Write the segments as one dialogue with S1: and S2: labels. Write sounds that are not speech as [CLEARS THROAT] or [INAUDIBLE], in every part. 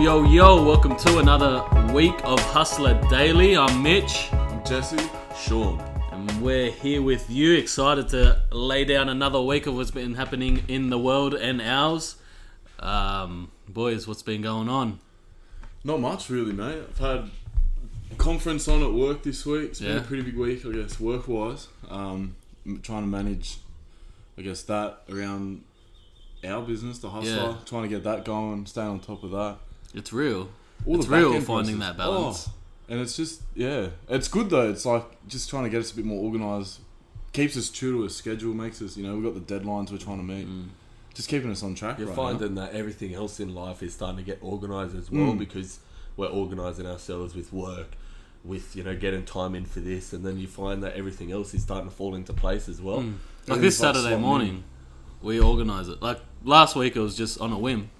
S1: yo, yo, welcome to another week of Hustler Daily. I'm Mitch,
S2: Jesse,
S1: Sean, and we're here with you. Excited to lay down another week of what's been happening in the world and ours. Um, boys, what's been going on?
S2: not much really, mate. I've had conference on at work this week. It's been
S1: Yeah.
S2: a pretty big week, I guess, work wise. Um, m- trying to manage, I guess, that around our business, the hustler.
S1: Yeah.
S2: Trying to get that going, staying on top of that.
S1: It's real.
S2: All
S1: It's
S2: the back
S1: real
S2: end
S1: finding that balance.
S2: Oh, and it's just yeah, it's good though. It's like just trying to get us a bit more organised. Keeps us true to a schedule. Makes us, you know, we've got the deadlines we're trying to meet.
S1: Mm.
S2: Just keeping us on track.
S3: You're
S2: right now.
S3: finding that everything else in life is starting to get organised as well
S2: Mm.
S3: because we're organising ourselves with work, with you know getting time in for this, and then you find that everything else is starting to fall into place as well.
S2: Mm.
S1: Like
S2: And
S1: this
S2: it's like
S1: Saturday
S2: slotting
S1: morning, we organise it. Like last week, it was just on a whim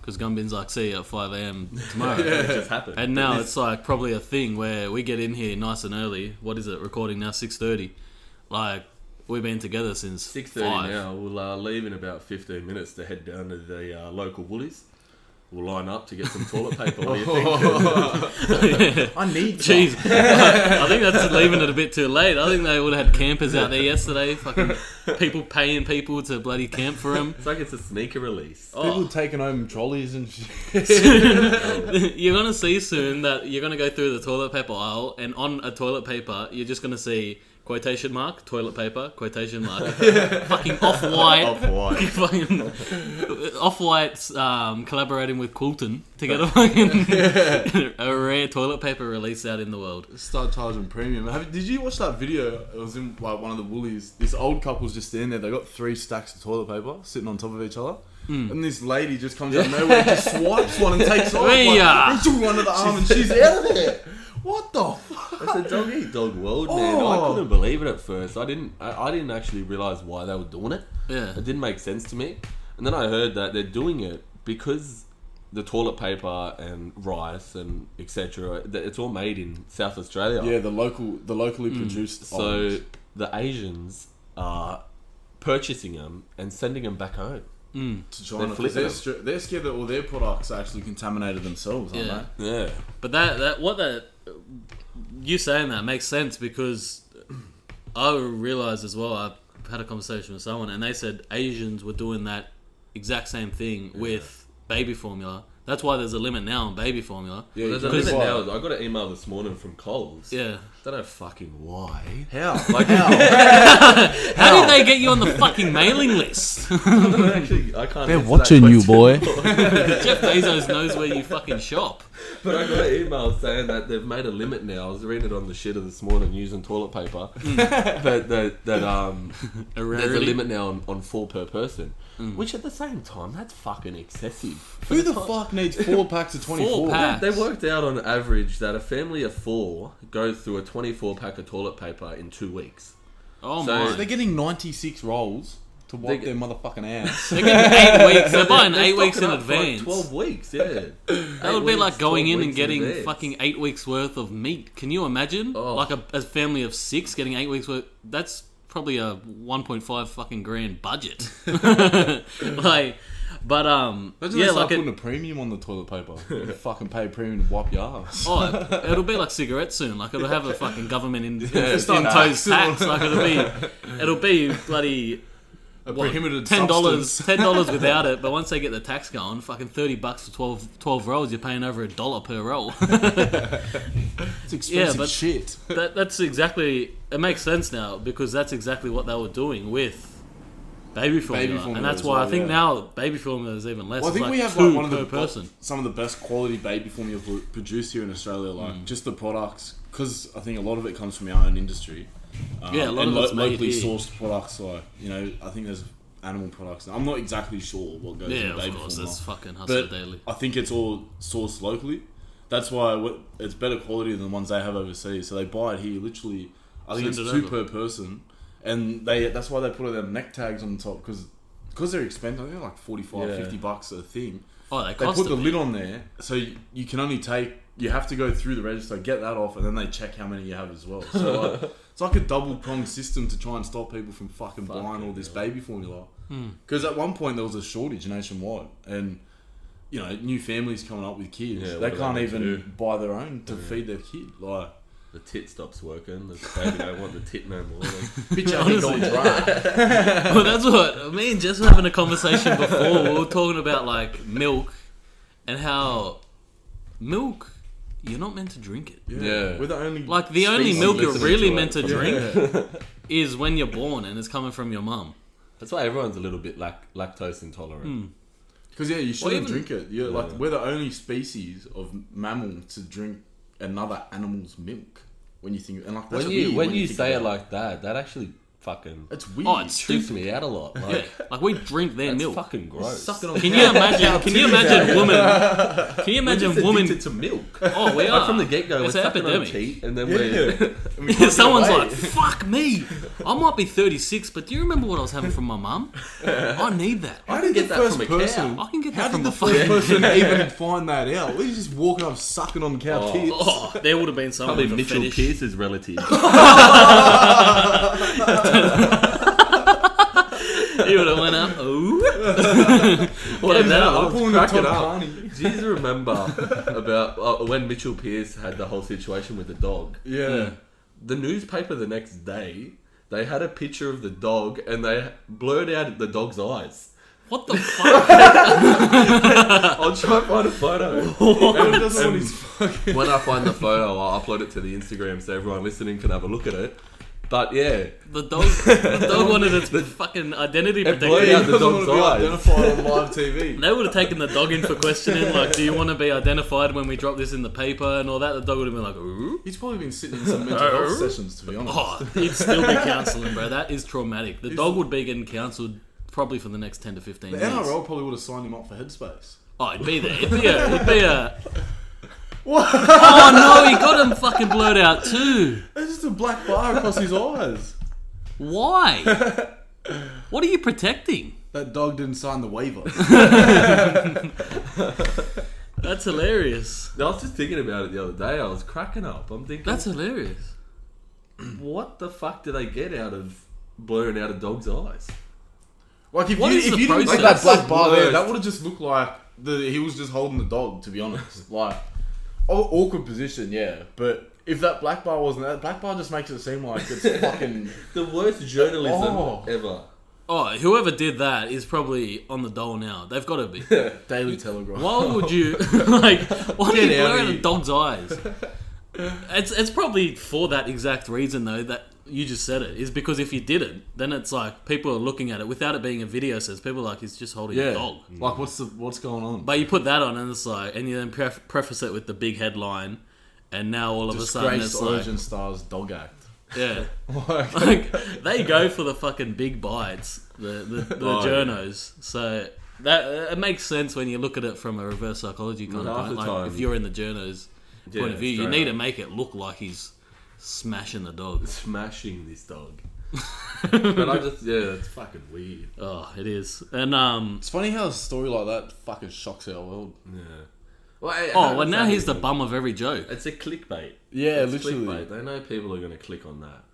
S1: because Gumbin's like, see you at 5 a.m.
S2: [LAUGHS]
S1: tomorrow.
S3: It just happened.
S1: And now it's like probably a thing where we get in here nice and early. What is it? Recording now six thirty. Like we've been together since
S3: six thirty
S1: five.
S3: now. We'll uh, leave in about fifteen minutes to head down to the uh, local Woolies. We'll line up to get some toilet paper.
S2: [LAUGHS]
S3: What do you think?
S2: I [LAUGHS] need.
S1: [LAUGHS] Jeez, I think that's leaving it a bit too late. I think they would have had campers out there yesterday. Fucking people paying people to bloody camp for them.
S3: it's like it's a sneaker release.
S1: Oh.
S3: [LAUGHS]
S2: People taking home trolleys and shit.
S1: [LAUGHS] you're gonna see soon that you're gonna go through the toilet paper aisle, and on a toilet paper, you're just gonna see quotation mark toilet paper quotation
S3: [LAUGHS]
S1: mark fucking off white
S2: Oh,
S3: Off-White.
S1: fucking off white's um, collaborating with Quilton to get a fucking a rare toilet paper release out in the world.
S2: Start charging premium. Have, did you watch that video? It was in like one of the Woolies. This old couple's just standing there. They got three stacks of toilet paper sitting on top of each other, and this lady just comes out of nowhere, just swipes one and takes off.
S1: Hey,
S2: like,
S1: uh,
S2: and took one to the arm, and she's out of there. What the? Fuck?
S3: It's a dog eat dog world, man. I
S2: Oh.
S3: couldn't believe it at first. I didn't. I, I didn't actually realize why they were doing it.
S1: Yeah.
S3: It didn't make sense to me. And then I heard that they're doing it because the toilet paper and rice and etc. that It's all made in South Australia.
S2: Yeah, the local, the locally produced.
S3: So the Asians are purchasing them and sending them back home.
S2: to China,
S3: they're
S2: 'cause
S3: flipping
S2: they're,
S3: them.
S2: stri- they're scared that all their products are actually contaminated themselves, aren't
S1: Yeah.
S3: Yeah.
S1: But that that what that you saying that makes sense because I realized as well. I had a conversation with someone and they said Asians were doing that exact same thing with baby formula. That's why there's a limit now on baby formula.
S2: they? Yeah,
S3: There's a
S2: because-
S3: limit now. I got an email this morning from Coles.
S1: Yeah.
S3: I don't know fucking why.
S2: How?
S3: [LAUGHS] Like
S1: How did they get you on the fucking mailing list? [LAUGHS]
S3: actually, I can't. answer that question.
S1: Jeff Bezos knows where you fucking shop.
S3: But I got an email saying that they've made a limit now. I was reading it on the shitter this morning using toilet paper. [LAUGHS] that that, that um,
S1: A
S3: there's a
S1: rarity.
S3: limit now on, on four per person. Which at the same time, that's fucking excessive.
S2: [LAUGHS] Who the fuck needs four packs of twenty-four?
S1: packs.
S3: They worked out on average that a family of four goes through a 24 pack of toilet paper in two weeks.
S1: Oh
S3: So-
S1: my!
S2: They're getting ninety-six rolls to wipe
S3: They-
S2: their motherfucking ass.
S1: They're
S3: [LAUGHS]
S1: getting eight weeks. They're buying
S3: They're
S1: eight weeks
S3: stocking
S1: in
S3: up for, like,
S1: advance.
S3: 12
S1: [LAUGHS]
S3: weeks, yeah.
S1: That would be like going in and getting fucking eight weeks worth of meat. Can you imagine?
S3: Oh.
S1: Like a, a family of six getting eight weeks worth. That's probably a one point five fucking grand budget. [LAUGHS] like, but um,
S2: Imagine
S1: yeah,
S2: they
S1: like
S2: start
S1: it,
S2: putting a premium on the toilet paper.
S1: [LAUGHS]
S2: you fucking pay a premium to wipe your ass.
S1: oh, it'll be like cigarettes soon. Like it'll have a fucking government
S2: [LAUGHS]
S1: in,
S2: it's
S1: in
S2: not
S1: toes
S2: tax.
S1: tax. Like it'll be, it'll
S2: [LAUGHS]
S1: be bloody
S2: A
S1: what,
S2: prohibited
S1: ten dollars, [LAUGHS] ten
S2: [LAUGHS]
S1: dollars without it. But once they get the tax going, fucking thirty bucks for 12, 12 rolls, you're paying over a dollar per
S2: [LAUGHS]
S1: roll. [LAUGHS]
S2: It's expensive
S1: but-
S2: shit.
S1: that that's exactly it makes sense now because that's exactly what they were doing with baby formula,
S2: formula
S1: and that's
S2: as
S1: why I
S2: well,
S1: think
S2: yeah.
S1: now baby formula is even less.
S2: Well, I think
S1: It's
S2: we have
S1: two
S2: like one of
S1: per
S2: the
S1: person.
S2: some of the best quality baby formula pro- produced here in Australia. Like
S1: Mm.
S2: just the products, because I think a lot of it comes from our own industry. Um,
S1: Yeah, a lot
S2: and
S1: of it's made
S2: locally
S1: here.
S2: sourced products. Like you know, I think there's animal products. I'm not exactly sure what goes
S1: Yeah,
S2: in baby
S1: of course,
S2: formula.
S1: that's fucking hustler
S2: but
S1: daily.
S2: I think it's all sourced locally. That's why what- it's better quality than the ones they have overseas. So they buy it here, literally. I think
S1: Send
S2: it's
S1: it
S2: two
S1: over.
S2: per person, and they that's why they put their neck tags on the top because they're expensive. I think they're like 45,
S3: Yeah.
S2: 50 bucks a thing.
S1: Oh, they
S2: They
S1: cost
S2: put [LAUGHS] the
S1: a
S2: lid on there, so you, you can only take. You have to go through the register, get that off, and then they check how many you have as well.
S1: [LAUGHS]
S2: So like, it's like a double pronged system to try and stop people from fucking
S1: Hmm.
S2: buying all this baby formula. Because at one point there was a shortage nationwide, and you know, new families coming up with kids.
S3: Yeah,
S2: they
S3: what do
S2: can't
S3: they
S2: even
S3: do?
S2: buy their own to feed their kid. Like,
S3: The tit stops working. The baby don't want the tit no
S1: [LAUGHS]
S3: more. Like,
S2: bitch, I
S1: [LAUGHS]
S2: think
S1: Honestly.
S2: I'm dry.
S1: [LAUGHS] well, that's what me and Jess were having a
S2: [LAUGHS]
S1: conversation before. We were talking about like milk and how milk you're not meant to drink it.
S3: Yeah.
S2: We're the only
S1: Like the only
S2: species
S1: milk you're
S2: that's-
S1: really
S3: listening to it.
S1: meant to
S3: Yeah.
S1: drink
S2: Yeah.
S3: [LAUGHS]
S1: is when you're born and it's coming from your mum.
S3: that's why everyone's a little bit lac- lactose intolerant.
S1: Hmm.
S2: Because yeah, you shouldn't
S1: even-
S2: drink it. You're like
S3: Yeah.
S2: we're the only species of mammal to drink another animal's milk. When you think and like that's
S3: When you
S2: weird
S3: when you
S2: think
S3: say it
S2: about
S3: like that, that actually fucking
S2: it's weird.
S1: Oh, it's
S3: trips me out a lot.
S1: Yeah,
S3: Like
S1: like we drink their
S3: that's
S1: milk.
S3: fucking gross.
S2: Suck it on
S1: Can you imagine? Can you imagine woman?
S3: [LAUGHS]
S1: Can you
S3: We're just
S1: imagine woman?
S3: addicted to milk.
S1: Oh, we
S3: [LAUGHS] Like
S1: are
S3: from the get go, we're
S1: It's an
S3: sucking on
S1: epidemic.
S3: teat, and then
S2: Yeah.
S3: we're
S1: [LAUGHS]
S2: And we can't
S1: Someone's
S2: get
S1: like,
S2: away.
S1: "Fuck me! I might be 36, but do you remember what I was having from my
S3: [LAUGHS]
S1: mum? I need that.
S2: I didn't get
S3: get that
S2: that first
S3: from a cow. Oh,
S2: person.
S1: I can get
S2: How
S1: that
S2: did
S1: from
S2: the
S1: a
S2: [LAUGHS] first
S1: fucking."
S2: person
S3: [LAUGHS]
S2: even find that out? We're just walking up sucking on cow
S3: Oh.
S2: tits.
S1: [LAUGHS]
S2: [LAUGHS]
S1: Oh, there would have been someone
S3: probably
S1: with a
S3: Mitchell
S1: fetish.
S3: Pearce's [LAUGHS] relative.
S1: [LAUGHS] He would have went up. Oh,
S3: What
S1: Yeah, that-
S2: I'm pulling the
S3: Crack it
S2: Tom
S3: up.
S2: Carney.
S3: Do you remember about uh, when Mitchell Pearce had the whole situation with the dog?
S2: Yeah.
S3: The newspaper the next day, they had a picture of the dog and they blurred out the dog's eyes.
S1: what the fuck?
S3: I'll try and find a photo. [LAUGHS]
S2: And it doesn't want his fucking-
S3: when I find the photo, I'll upload it to the Instagram so everyone listening can have a look at it. But yeah,
S1: The dog, the
S3: [LAUGHS]
S1: dog wanted its fucking identity
S3: blurred
S1: protected.
S2: He
S3: out the
S2: doesn't want
S3: dog's
S2: to be
S3: eyes. [LAUGHS]
S2: identified on live TV.
S1: They would have taken the dog in for questioning, like, "Do you want to be identified when we drop this in the paper and all that?" The dog would have been like, "Ooh."
S2: He's probably been sitting in some mental
S3: [LAUGHS]
S2: health sessions, to be honest.
S1: Oh, he'd still be counselling, bro. That is traumatic. The dog would be getting counselled probably for the next ten to fifteen
S2: The
S1: years.
S2: NRL probably would have signed him up for Headspace.
S1: Oh, it'd be there. It'd be a. It'd be [LAUGHS] a... oh no, he got him fucking blurred out too.
S2: There's just a black bar across his [LAUGHS] eyes.
S1: Why? What are you protecting?
S2: That dog didn't sign the waiver.
S1: That's hilarious.
S3: I was just thinking about it the other day. I was cracking up. I'm thinking,
S1: That's hilarious.
S3: what the fuck did I get out of blurring out a dog's eyes?
S2: Like if
S1: What
S2: you,
S1: is
S2: if
S1: the
S2: you didn't
S1: process?
S2: make that black
S3: That's
S2: bar
S3: the
S2: there, that
S3: worst.
S2: would have just looked like the, he was just holding the dog. To be honest, like aw- awkward position, yeah. But if that black bar wasn't that black bar, just makes it seem like it's fucking.
S3: The worst journalism
S2: Oh.
S3: ever.
S1: Oh, whoever did that is probably on the dole now. They've got to be.
S2: Daily Telegraph.
S1: Why would you [LAUGHS] like? Why do you
S2: Get out
S1: blur out
S2: of
S1: a
S2: here.
S1: dog's eyes? It's it's probably for that exact reason though that you just said it is because if you did it, then it's like people are looking at it without it being a video sense. People are like it's just holding
S2: Yeah.
S1: a dog.
S2: Mm. Like what's the what's going on?
S1: But you put that on and it's like, and you then pref- preface it with the big headline, and now all of a sudden
S2: Disgraced
S1: it's
S2: Origin Stars dog act.
S1: like,
S2: [LAUGHS]
S1: yeah,
S2: Like,
S1: like they go for the fucking big bites, the the, the
S3: Oh, yeah.
S1: journos. So that it makes sense when you look at it from a reverse psychology kind
S3: Half
S1: of point.
S3: the
S1: Like
S3: time-
S1: if you're in the journos
S3: Yeah,
S1: point of view, you
S3: straight
S1: need to
S3: up.
S1: make it look like he's smashing the dog.
S3: Smashing
S2: [LAUGHS]
S3: this dog. but I just, yeah, it's fucking weird.
S1: Oh, it is, and um.
S2: it's funny how a story like that fucking shocks our world.
S3: Yeah. Well, hey, how
S1: Oh, well,
S3: does
S1: now
S3: that
S1: he's the
S3: even-
S1: bum of every joke,
S3: It's a clickbait.
S2: Yeah,
S3: It's
S2: literally.
S3: Clickbait. They know people are going to click on that.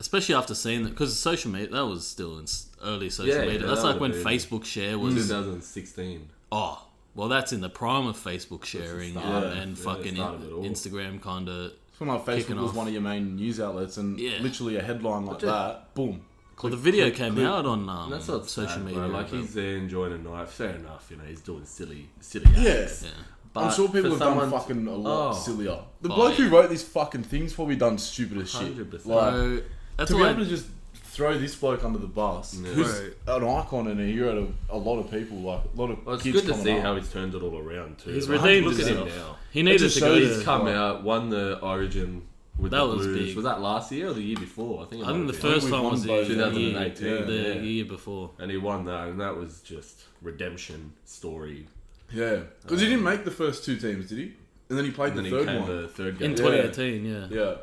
S1: especially after seeing that because social media that was still in s- early social
S3: Yeah,
S1: media.
S3: yeah,
S1: That's
S3: that
S1: like when
S3: would've been-
S1: Facebook share was
S3: Mm. 2016.
S1: Oh, well, that's in the prime of Facebook sharing
S3: start
S1: and,
S3: of-
S1: and
S3: yeah,
S1: fucking
S3: start of it all.
S1: Instagram kind of.
S2: It's when like
S1: Kicking
S2: Facebook was
S1: off.
S2: one of your main news outlets, and
S1: Yeah.
S2: literally a headline like
S3: just-
S2: that, boom.
S1: Well, the video came
S2: click.
S1: out on um,
S3: And that's not
S1: social media.
S3: Like
S1: but-
S3: he's there enjoying a night. Fair enough. You know, he's doing silly, silly acts.
S2: Yeah.
S1: yeah.
S3: But
S2: I'm sure people
S3: for
S2: have done
S3: someone to-
S2: fucking a lot
S3: Oh.
S2: sillier. The
S1: Oh,
S2: bloke
S1: yeah.
S2: who wrote these fucking things probably done stupid as shit.
S3: 100%.
S2: Like, to
S1: So that's
S2: be
S1: why.
S2: able to just throw this bloke under the bus,
S3: Yeah.
S2: who's
S1: Right.
S2: an icon and a hero to a lot of people, like a lot of
S3: Well, it's
S2: kids
S3: good to
S2: coming
S3: see
S2: up.
S3: how he's turned it all around too.
S1: He's
S3: Like,
S1: redeemed
S3: Look at him
S1: himself.
S3: now.
S1: he needed
S2: just
S1: to go.
S2: shows
S1: To,
S3: Come out, won the Origin with
S1: That
S3: the
S1: was
S3: Blues.
S1: big.
S3: Was that last year or the year before? I think. it
S1: I
S3: might
S1: think the
S3: have been.
S1: first
S2: we've
S1: time
S2: won
S1: was the
S2: both
S1: year,
S3: 2018,
S1: the
S3: yeah.
S1: year before.
S3: And he won that, and that was just redemption story.
S2: Yeah, because he didn't make the first two teams, did he? And then he played
S3: And
S2: the
S3: then he
S2: third
S3: came
S2: one.
S3: the third
S1: In
S3: game.
S2: Yeah.
S1: 2018, yeah.
S2: Yeah,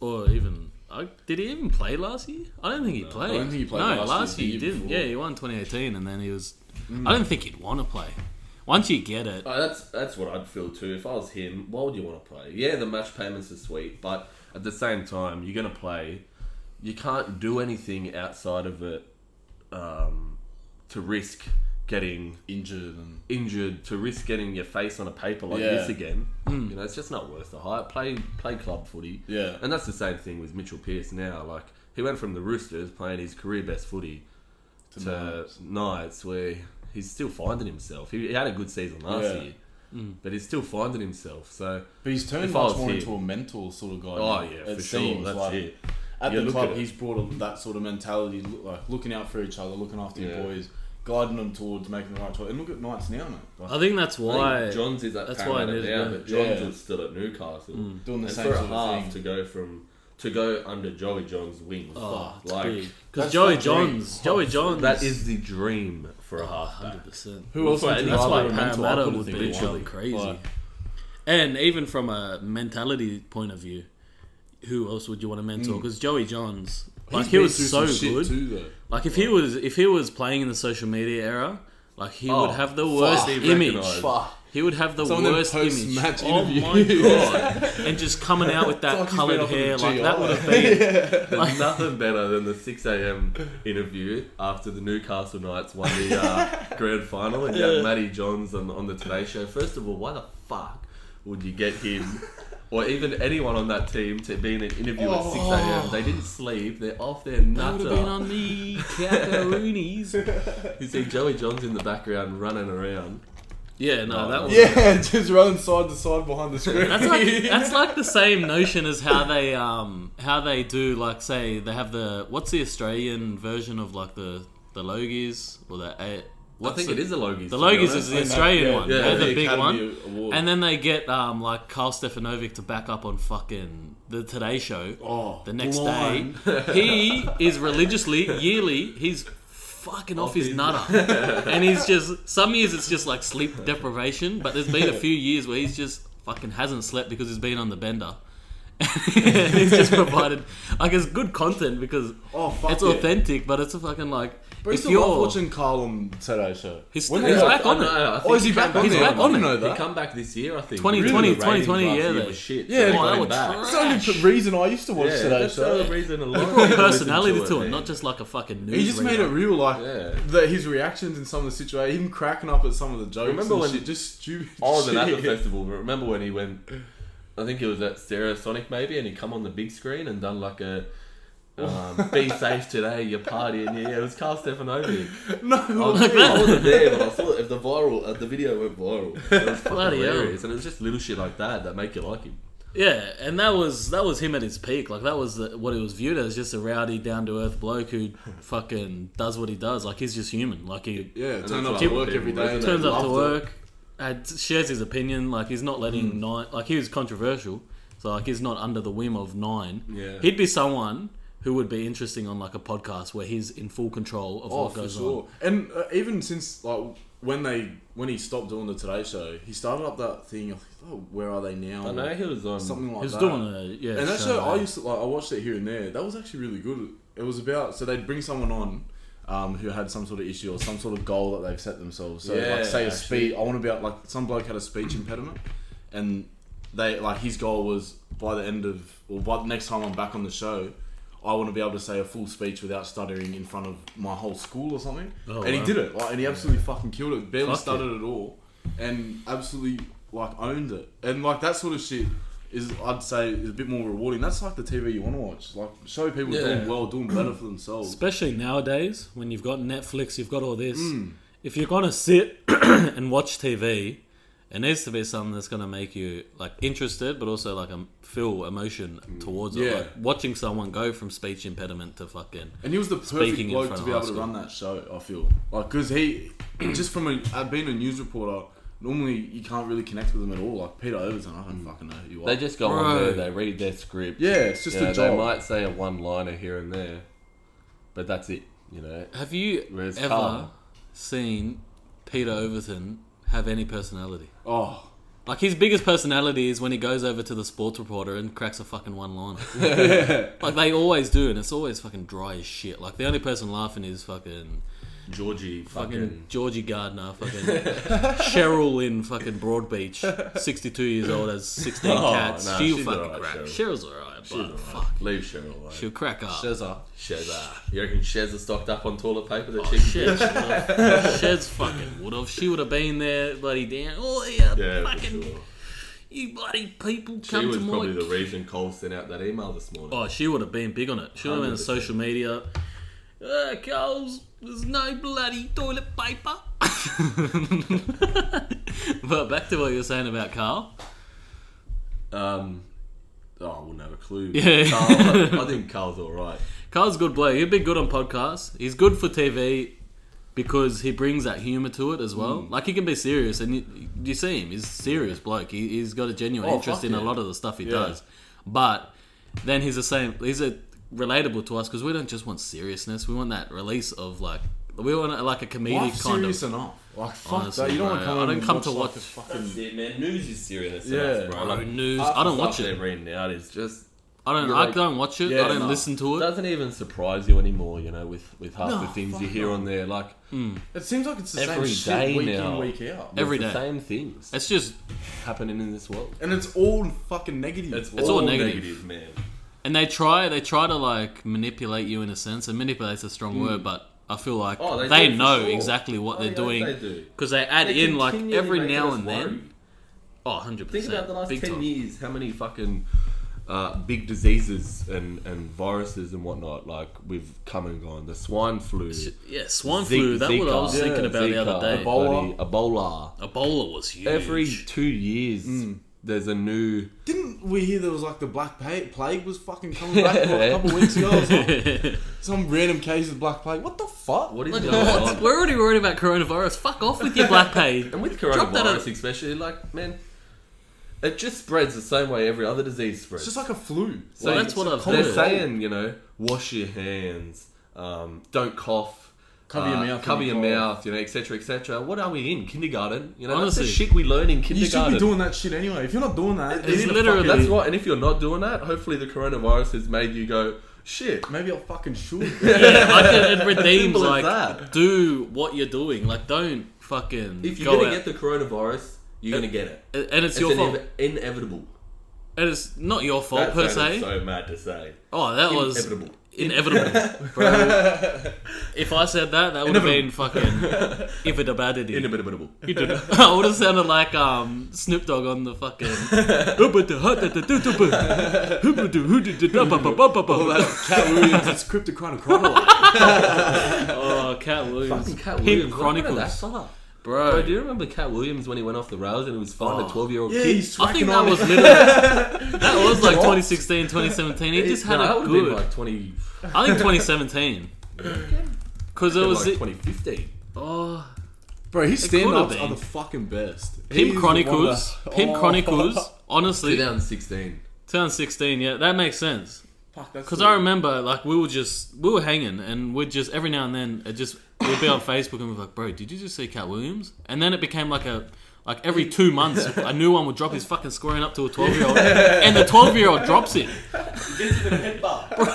S1: Or even. I, did he even play last year? I don't think he played.
S2: think he played
S1: no,
S2: last
S1: last, year,
S2: year, the
S1: he
S2: year
S1: didn't.
S2: before. Mm.
S1: Yeah, he won 2018, and then he was. I don't think he'd want to play. Once you get it,
S3: Uh, that's that's what I'd feel too. If I was him, why would you want to play? Yeah, the match payments are sweet, but at the same time, you're gonna play. You can't do anything outside of it um, to risk getting
S2: Injured and
S3: injured to risk getting your face on a paper like
S2: Yeah. Hmm.
S3: this again. You know, it's just not worth the hype. Play play club footy.
S2: Yeah.
S3: And that's the same thing with Mitchell Pearce now. Like he went from the Roosters playing his career best footy to,
S2: Knights.
S3: Knights where he's still finding himself. He, he had a good season last
S2: Yeah. Hmm.
S3: year. But he's still finding himself. So
S2: But he's turned
S3: If I
S2: much
S3: was
S2: more
S3: here-
S2: into a mental sort of guy.
S3: Oh
S2: now.
S3: yeah,
S2: It
S3: for sure.
S2: seems
S3: That's
S2: like-
S3: it.
S2: At
S3: You
S2: the
S3: look
S2: club,
S3: at it.
S2: he's brought a, that sort of mentality, look- like looking out for each other, looking after your
S3: Yeah.
S2: boys, guiding them towards making the right choice. And look at Knights now, mate. Like,
S1: I think that's
S3: I
S1: why.
S3: think Johns is at
S1: that's
S3: that's
S1: why
S3: Parramatta
S1: it is,
S3: now,
S1: yeah.
S3: but Johns
S2: Yeah.
S3: was still at Newcastle.
S1: Mm.
S2: doing the
S3: and
S2: same
S3: for a
S2: sort of
S3: half
S2: thing.
S3: to go from to go under Joey Johns' wing,
S1: oh,
S3: fuck, like
S1: because
S2: That's
S1: Joey
S2: the dream.
S1: Johns, Joey Johns,
S3: that is the dream for
S1: [LAUGHS]
S3: a half.
S1: hundred percent.
S2: Who else would
S3: That's
S2: you
S1: That's
S2: rather
S1: why
S2: a mental
S1: Parramatta
S2: output
S1: would
S2: thing
S1: be
S2: than
S1: going
S2: one?
S1: crazy.
S2: Like,
S1: And even from a mentality point of view, who else would you want to mentor? Because Joey Johns, like
S2: Hmm. he's
S1: he
S2: been
S1: was
S2: through
S1: so
S2: some shit
S1: good.
S2: too, though.
S1: Like if he was if he was playing in the social media era, like he
S3: Oh,
S1: would have the
S3: fuck,
S1: worst
S3: he'd
S1: image.
S3: recognise.
S2: Fuck.
S1: He would have the
S2: Some of them
S1: worst image.
S2: post-match
S1: Oh my
S2: interviews. [LAUGHS]
S1: god! and just coming out with that
S2: It's like he's been
S1: coloured
S2: up in the
S1: hair, like
S2: GI.
S1: that would
S2: [LAUGHS]
S1: have been.
S3: There's nothing better than the 6 a.m. interview after the Newcastle Knights won
S2: [LAUGHS]
S3: the uh, grand final and you had Matty Johns on, on the Today Show. First of all, why the fuck would you
S2: [LAUGHS]
S3: get him or even anyone on that team to be in an interview
S2: Oh.
S3: at 6 a.m.? They didn't sleep, they're off their
S1: That would
S3: nutter.
S1: have been on the Cataroonies.
S3: You see Joey Johns in the background running around.
S1: Yeah, no, that was.
S2: Yeah, [LAUGHS] just running side to side behind the screen.
S1: That's
S2: [LAUGHS]
S1: like that's like the same notion as how they um how they do like say they have the what's the Australian version of like the the Logies or the a,
S3: I think it is the Logies.
S1: the
S3: to be
S1: Logies
S3: honest.
S1: is the
S2: And that-
S1: Australian
S2: yeah,
S1: one
S3: yeah,
S1: they're the,
S2: the
S1: big
S2: Academy
S1: one
S2: Award.
S1: and then they get um like Carl Stefanovic to back up on fucking the Today Show
S2: oh,
S1: the next
S2: blind.
S1: day he is religiously yearly he's fucking off, his
S2: [LAUGHS]
S1: nutter and he's just some years it's just like sleep deprivation but there's been a few years where he's just fucking hasn't slept because he's been on the bender [LAUGHS] and he's just provided like it's good content because
S2: Oh, fuck
S1: it's
S2: yeah.
S1: authentic but it's a fucking like
S2: But
S1: if
S2: if
S1: you're
S2: you're watching Carl on Today Show,
S1: He's-
S2: When
S1: he's
S2: was
S1: back
S2: that?
S1: on it.
S3: I think
S2: Oh, is he
S3: he
S2: back
S3: came
S2: on
S1: He's
S2: there?
S1: back on
S2: I
S1: it.
S2: didn't know
S3: He
S2: that.
S3: come back this year, I think.
S1: 2020,
S3: The ratings
S1: 2020,
S3: last
S1: yeah,
S3: year
S1: they-
S3: was shit.
S2: Yeah,
S3: so
S2: they
S3: he
S1: oh, that
S3: came
S1: was
S3: back.
S1: trash.
S2: It's the only p- reason I used to watch
S3: Yeah,
S2: Today
S3: that's the
S2: Show.
S3: only reason a lot
S1: He's got
S3: of people listen
S2: [LAUGHS]
S1: personality
S3: it,
S1: to it,
S3: man.
S1: not just like a fucking news
S2: He just made it real, like
S3: Yeah.
S2: that. His reactions in some of the situation, him cracking up at some of the jokes.
S3: Remember
S2: and
S3: when-
S2: shit, just stupid?
S3: Oh, the
S2: [LAUGHS]
S3: Napa
S2: shit.
S3: Festival. But remember when he went? I think it was at Stereosonic maybe, and he come on the big screen and done like a um, "Be safe today, you're partying." Yeah, it was Carl Stefanovic. I,
S1: [LAUGHS]
S2: No,
S3: was, I wasn't there, but I saw it. If the viral, if the video went
S1: [LAUGHS]
S3: viral, it was fucking
S1: Bloody hell.
S3: hilarious, and it was just little shit like that that make you like him.
S1: Yeah, and that was that was him at his peak. Like that was the, what it was viewed as just a rowdy, down to earth bloke who fucking does what he does. Like he's just human. Like he
S2: [LAUGHS] yeah,
S3: And
S2: turn up
S3: that's what
S2: to
S3: I
S2: work
S3: did.
S2: every day. and
S1: turns
S2: they
S1: up to
S2: loved it.
S1: work, and shares his opinion. Like he's not
S2: Mm.
S1: letting nine. Like he was controversial, so like he's not under the whim of nine.
S3: Yeah.
S1: he'd be someone who would be interesting on like a podcast where he's in full control of
S2: Oh,
S1: what
S2: for
S1: goes
S2: sure. And uh, even since like when they when he stopped doing the Today Show, he started up that thing. I think, oh, where are they now?
S3: I know he was on.
S2: something
S1: on.
S2: like
S1: He was
S2: that.
S1: doing a yeah.
S2: and that
S1: show,
S2: show, I
S1: man.
S2: used to like. I watched it here and there. That was actually really good. It was about so they'd bring someone on. Um, who had some sort of issue or some sort of goal that they've set themselves. So,
S3: Yeah,
S2: like, say a
S3: actually.
S2: speech. I want to be out- like some bloke had a speech impediment, and they like his goal was by the end of or by the next time I'm back on the show, I want to be able to say a full speech without stuttering in front of my whole school or something.
S1: Oh,
S2: and
S1: wow.
S2: he did it, like, and he absolutely fucking killed it. Barely
S1: Fuck yeah.
S2: stuttered at all, and absolutely like owned it. And like that sort of shit is, I'd say, is a bit more rewarding. That's like the TV you want to watch. Like show people
S3: Yeah.
S2: doing well, doing better for themselves.
S1: Especially nowadays when you've got Netflix, you've got all this. If you're gonna sit [COUGHS] and watch TV, it needs to be something that's gonna make you like interested, but also like um, feel emotion towards it.
S2: Yeah.
S1: Like watching someone go from speech impediment to fucking
S2: And he was the
S1: Speaking
S2: perfect
S1: in
S2: bloke
S1: front
S2: to
S1: of
S2: be
S1: high
S2: able to
S1: school.
S2: run that show. I feel like because he [CLEARS THROAT] just from a, uh, being a news reporter, normally you can't really connect with him at all. Like Peter Overton, I
S1: Mm.
S2: don't fucking know who you are.
S3: They just go
S1: Right.
S3: on there. They read their script.
S2: yeah, it's just
S3: You know,
S2: a job.
S3: They might say a one-liner here and there, but that's it. You know,
S1: Have you
S3: Whereas
S1: ever
S3: Carl-
S1: seen Peter Overton have any personality?
S2: Oh.
S1: [LAUGHS] Like his biggest personality is when he goes over to the sports reporter and cracks a fucking one liner.
S2: [LAUGHS]
S1: like they always do, and it's always fucking dry as shit. Like the only person laughing is fucking
S3: Georgie
S1: Fucking
S3: fucking.
S1: Georgie
S3: [LAUGHS]
S1: Gardner, fucking Cheryl in fucking Broadbeach, sixty-two years old, has sixteen
S3: [LAUGHS] Oh,
S1: cats.
S3: nah,
S1: she'll
S3: she's
S1: fucking
S3: alright,
S1: crack.
S3: Cheryl.
S1: Cheryl's alright, but
S3: She's
S1: fuck,
S3: alright. Leave Cheryl alone.
S1: she'll crack up.
S2: Shezza.
S3: Shazza. You reckon Shazza stocked up on toilet paper that
S1: Oh,
S3: she can [LAUGHS]
S1: shit, Shed's fucking would have. She would have been there, bloody down. Oh yeah,
S3: Yeah, for
S1: fucking
S3: sure.
S1: you bloody people
S3: She
S1: come
S3: was
S1: to my.
S3: probably the reason Cole sent out that email this morning.
S1: oh, she would have been big on it. She would have been on
S3: 100%.
S1: social media. Uh, Coles, there's no bloody toilet paper. [LAUGHS] but back to what you were saying about Carl.
S3: Um, oh, I wouldn't have a
S1: [LAUGHS]
S3: clue.
S1: Yeah.
S3: Carl, I think Carl's all right.
S1: Carl's a good bloke. He'd be good on podcasts. He's good for TV because he brings that humour to it as well.
S3: Hmm.
S1: Like he can be serious, and you, you see him. He's a serious bloke. He, he's got a genuine
S3: Oh,
S1: interest
S3: fuck
S1: in a
S3: yeah.
S1: lot of the stuff he
S2: Yeah.
S1: does. But then he's the same. He's a relatable to us because we don't just want seriousness. We want that release of like we want uh, like a comedic
S2: Life's
S1: kind
S2: serious
S1: of.
S2: enough. Like fuck
S1: Honestly,
S2: that. You don't want
S1: bro,
S2: to come.
S1: I
S2: home
S1: don't
S2: and
S1: come to
S2: like, a
S1: watch-
S2: fucking.
S3: it, man. News is serious
S2: enough, bro.
S1: Bro, news.
S3: half
S1: I don't
S3: the
S1: watch
S3: stuff
S1: it.
S3: They're reading out is just
S1: I don't.
S3: you're
S1: I
S3: like-
S1: don't watch it.
S3: Yeah,
S1: I don't
S3: no.
S1: listen to it.
S3: doesn't even surprise you anymore. You know, with with half
S2: No,
S3: the things you
S2: fuck
S3: hear
S2: no.
S3: on there, like
S2: It seems like it's the
S3: Every
S2: same
S3: day
S2: shit week
S3: now.
S2: in week out.
S1: Every
S3: it's
S1: day.
S3: the same things
S1: It's just
S3: happening in this world.
S2: and it's all fucking negative.
S1: It's all negative.
S3: man.
S1: and they try they try to like manipulate you in a sense and manipulate's a strong word but i feel like
S3: Hmm. Oh,
S1: they,
S3: they do for
S1: know
S3: sure.
S1: exactly what
S3: Oh,
S1: they're
S3: yeah,
S1: doing
S3: they do.
S1: because they add in like
S3: continually
S1: every
S3: making
S1: now
S3: us
S1: and
S3: worry.
S1: then oh 100%
S3: Think about the last
S1: big
S3: 10
S1: time.
S3: years, how many fucking uh, big diseases and, and viruses and whatnot, like, we've come and gone. The swine flu.
S1: yeah swine
S3: Ze-
S1: flu that was what i was
S3: Zika,
S1: thinking about
S3: Zika,
S1: the other day
S3: Ebola. Ebola.
S1: ebola was huge [LAUGHS]
S3: Every two years, there's a new.
S2: Didn't we hear there was like the black pa- plague was fucking coming
S1: [LAUGHS]
S2: back a couple of weeks ago? It was like some random case of black plague. What the fuck?
S3: What is
S1: Like,
S3: going
S1: what?
S3: on?
S1: We're already worried about coronavirus. Fuck off with your black [LAUGHS] page.
S3: And with
S1: Drop that out.
S3: coronavirus, especially, like, man, it just spreads the same way every other disease spreads.
S2: It's just like a flu.
S1: So
S3: Like,
S1: that's what I've
S3: They're
S1: heard.
S3: saying, you know, wash your hands, um, don't cough, uh,
S2: Cover your mouth
S3: cover
S2: when you
S3: your
S2: cough.
S3: mouth, you know, etc., etc. What are we in kindergarten? You know, that's the
S1: Honestly.
S3: shit we learn in
S2: You should
S3: kindergarten.
S2: be doing that shit anyway. If you're not doing that,
S1: It's
S2: you need to
S1: literally-
S2: fucking-
S3: that's why. And if you're not doing that, hopefully the coronavirus has made you go, shit.
S2: [LAUGHS] maybe I fucking should.
S1: [LAUGHS] Yeah, I think it redeems
S3: Simple
S1: like
S3: as that.
S1: do what you're doing. Like don't fucking
S3: If you're
S1: go
S3: gonna
S1: out.
S3: get the coronavirus, you're gonna get it.
S1: and it's,
S3: It's
S1: your fault.
S3: inev- inevitable.
S1: And it's not your fault
S3: That
S1: per
S3: sounded
S1: se.
S3: So mad to say.
S1: oh, that was
S3: Inevitable. [LAUGHS]
S1: inevitable, bro. if I said that, that would have been fucking
S3: [LAUGHS]
S1: inevitability.
S3: Inevitable.
S1: You did it. [LAUGHS] I would have sounded like um, Snoop Dogg on the fucking. oh,
S2: Cat Williams, [LAUGHS] it's cryptochronicronology.
S1: Oh, Cat Williams.
S3: Fucking Cat
S1: Pimp
S3: Williams. What happened to that
S1: Chronicles.
S3: fella? Bro,
S1: Bro,
S3: do you remember Cat Williams when he went off the rails and he was fighting
S1: Oh.
S3: a 12 year old
S2: Yeah,
S3: kid?
S2: he's
S1: I think
S2: whacking
S1: that
S2: on
S1: was
S2: it.
S3: [LAUGHS]
S1: literally. That was like 2016, 2017. He
S3: It-
S1: just had
S3: no, that
S1: a
S3: would've
S1: good.
S3: Been like 20,
S1: I think 2017.
S3: [LAUGHS]
S1: Because it
S3: it
S1: was.
S3: like
S1: it-
S3: 2015.
S1: Oh.
S2: Bro, his stand ups
S1: could've
S2: are
S1: been.
S2: the fucking best.
S1: Pimp
S2: He's
S1: Chronicles.
S2: one of the-
S1: Pimp
S2: [LAUGHS] Oh.
S1: Chronicles. Honestly,
S3: 2016.
S1: 2016. Yeah, that makes sense.
S2: Fuck, that's
S1: Because
S2: cool.
S1: I remember, like, we were just we were hanging, and we'd just every now and then, it just we'd be [LAUGHS] on Facebook, and we'd be like, "Bro, did you just see Cat Williams?" And then it became like a like every two [LAUGHS] months, a new one would drop his fucking scoring up to a twelve [LAUGHS] year old, and the twelve year old drops him. [LAUGHS] Bro,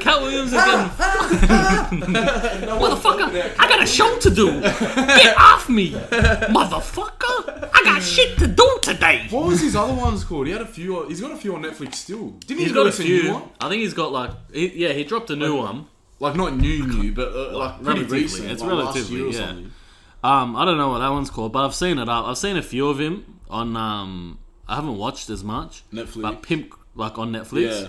S1: Cat Williams is getting [LAUGHS] motherfucker. I got a show to do. Get off me, motherfucker! I got shit to do today.
S2: What was his other ones called? He had a few. uh, He's got a few on Netflix still. Didn't
S1: He's
S2: he
S1: got a
S2: release new
S1: few.
S2: one?
S1: I think he's got like, he, yeah, he dropped a new one.
S2: Like not new, new, but uh, like pretty
S1: relatively,
S2: recent.
S1: it's
S2: like last
S1: relatively,
S2: year or
S1: yeah.
S2: something.
S1: Um, I don't know what that one's called, but I've seen it up. I've seen a few of him on. Um, I haven't watched as much.
S2: Netflix.
S1: but Pimp like on Netflix.
S2: Yeah.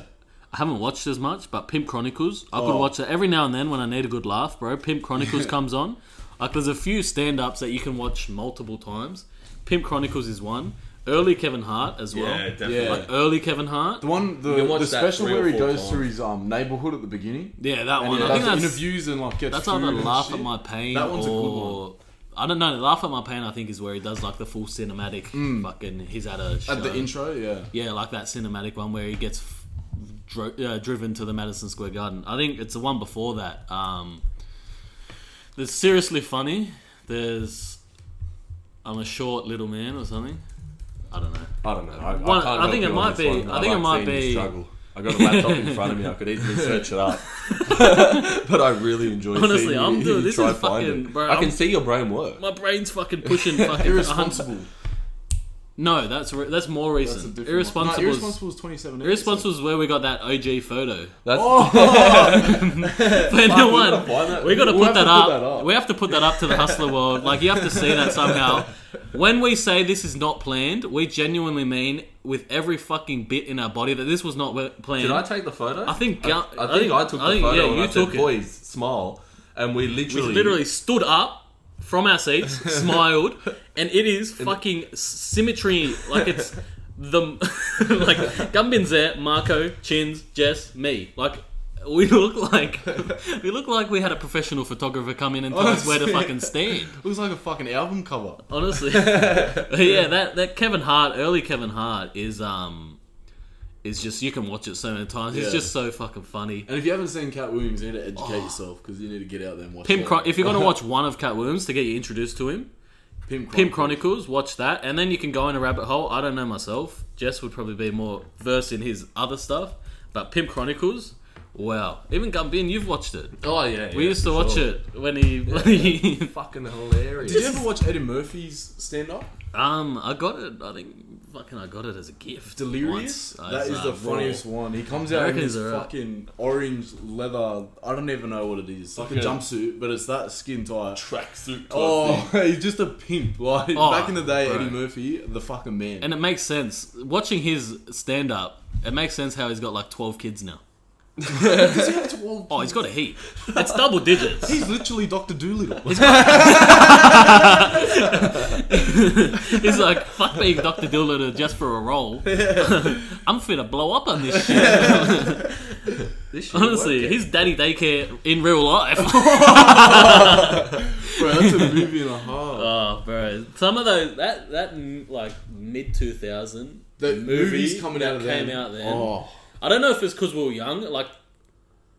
S1: I haven't watched as much, but Pimp Chronicles. I
S2: Oh.
S1: could watch it every now and then when I need a good laugh, bro. Pimp
S2: [LAUGHS]
S1: Chronicles comes on. Like there's a few stand-ups that you can watch multiple times. Pimp Chronicles is one. Early Kevin Hart as well.
S2: Yeah.
S1: Like early Kevin Hart.
S2: The one, the,
S3: can watch
S2: the
S3: that
S2: special
S3: three or
S2: where he
S3: four
S2: goes
S3: times.
S2: through his um neighborhood at the beginning.
S1: Yeah, that
S2: And
S1: one.
S2: he
S1: Oh, I think
S2: does
S1: that's
S2: interviews and like gets
S1: that's
S2: food
S1: either
S2: and
S1: Laugh
S2: shit.
S1: at My Pain
S2: That one's a good
S1: or I don't know. Laugh at My Pain. I think is where he does like the full cinematic. Fucking, he's at a show.
S2: Hmm. at the intro. Yeah,
S1: Yeah, like that cinematic one where he gets f- dro- uh, driven to the Madison Square Garden. I think it's the one before that. Um, there's seriously funny. There's I'm a short little man or something. I don't know.
S3: I don't know. I,
S1: One-
S3: I, can't
S1: I think
S3: help
S1: it
S3: you on
S1: might
S3: this
S1: be-
S3: one.
S1: I think it
S3: like
S1: might
S3: seeing you
S1: be-
S3: struggle. I I got a laptop in front of me. I could
S1: [LAUGHS]
S3: easily search it up.
S2: [LAUGHS]
S3: but I really enjoy.
S1: Honestly,
S3: seeing
S1: I'm
S3: you
S1: doing- this
S3: try
S1: is
S3: find
S1: fucking-
S3: it.
S1: bro,
S3: I can
S1: I'm-
S3: see your brain work.
S1: My brain's fucking pushing fucking
S2: Irresponsible.
S1: No, that's re- that's more
S2: That's a
S1: recent.
S2: different
S1: Irresponsible.
S2: One. No, irresponsible was 27.
S1: Irresponsible is where we got that OG photo.
S3: That's
S1: Oh! [LAUGHS]
S3: [LAUGHS]
S1: Planet
S3: Fuck,
S1: one.
S3: gotta find that.
S1: We gotta
S2: We'll
S1: put,
S2: have
S1: that,
S2: to put
S1: up.
S2: that up.
S1: We have to put that up to the hustler world. Like you have to see that somehow. When we say this is not planned, we genuinely mean with every fucking bit in our body that this was not we- planned.
S3: Did I take the photo?
S1: I think
S3: I,
S1: Gal-
S3: I
S1: I
S3: think
S1: think-
S3: I took the
S1: I think-
S3: photo
S1: yeah,
S3: and
S1: you
S3: I said,
S1: took it.
S3: "Boys, smile," and we
S1: we
S3: literally, [LAUGHS]
S1: literally stood up from our
S2: [LAUGHS]
S1: seats, smiled, and it is fucking s- symmetry. Like it's the [LAUGHS] like Gumbin's there, Marco, Chins, Jess, me. Like we look
S2: [LAUGHS]
S1: like we look like we had a professional photographer come in and tell us where to
S2: Honestly.
S1: fucking
S2: [LAUGHS]
S1: stand.
S2: It was like a fucking album cover.
S1: Honestly, [LAUGHS] yeah, that that Kevin Hart, early Kevin Hart, is um, is just you can watch it so many times. It's
S2: Yeah.
S1: just so fucking funny.
S2: And if you haven't seen Cat Williams, you need to educate
S1: Oh.
S2: yourself because you need to get out there and watch
S1: Pim,
S2: that.
S1: Chron- if you're
S2: Uh-huh.
S1: gonna watch one of Cat Williams to get you introduced to him,
S2: Pim,
S1: Pim
S2: Chronicles.
S1: Chronicles, watch that, and then you can go in a rabbit hole. I don't know myself. Jess would probably be more versed in his other stuff, but Pim Chronicles, wow. Even Gumbin, you've watched it.
S2: Oh yeah,
S1: we
S2: yeah,
S1: used to
S2: for
S1: watch
S2: sure.
S1: it when he, when he [LAUGHS]
S3: fucking hilarious.
S2: Did you ever watch Eddie Murphy's stand up?
S1: um, I got it. I think fucking I got it as a gift.
S2: Delirious.
S1: once.
S2: that
S1: As,
S2: is
S1: uh,
S2: the
S1: Raw.
S2: funniest one. He comes
S1: I
S2: out in
S1: reckon
S2: his
S1: he's alright.
S2: fucking orange leather. I don't even know what it is. Like
S3: Okay.
S2: a jumpsuit, but it's that skin tie.
S3: tracksuit?
S2: Oh,
S3: Oh,
S2: [LAUGHS] he's just a pimp. Like
S1: Oh,
S2: back in the day,
S1: bro.
S2: Eddie Murphy, the fucking man.
S1: And it makes sense. Watching his stand up, it makes sense how he's got like 12 kids now.
S2: Does he have 12
S1: Oh, he's got a heap. It's double digits.
S2: He's literally Doctor Doolittle.
S1: [LAUGHS] He's like, fuck being Dr. Doolittle just for a role. [LAUGHS] I'm finna blow up on this
S2: [LAUGHS]
S1: shit.
S3: this shit
S1: Honestly,
S3: working.
S1: he's daddy daycare in real
S2: [LAUGHS]
S1: life.
S2: Bro, that's a movie and a half.
S1: oh, bro. Some of those, that, that m- like mid 2000
S2: The movie's coming
S1: that
S2: out of
S1: came
S2: there.
S1: out then.
S2: Oh,
S1: I don't know if it's because we were young, like,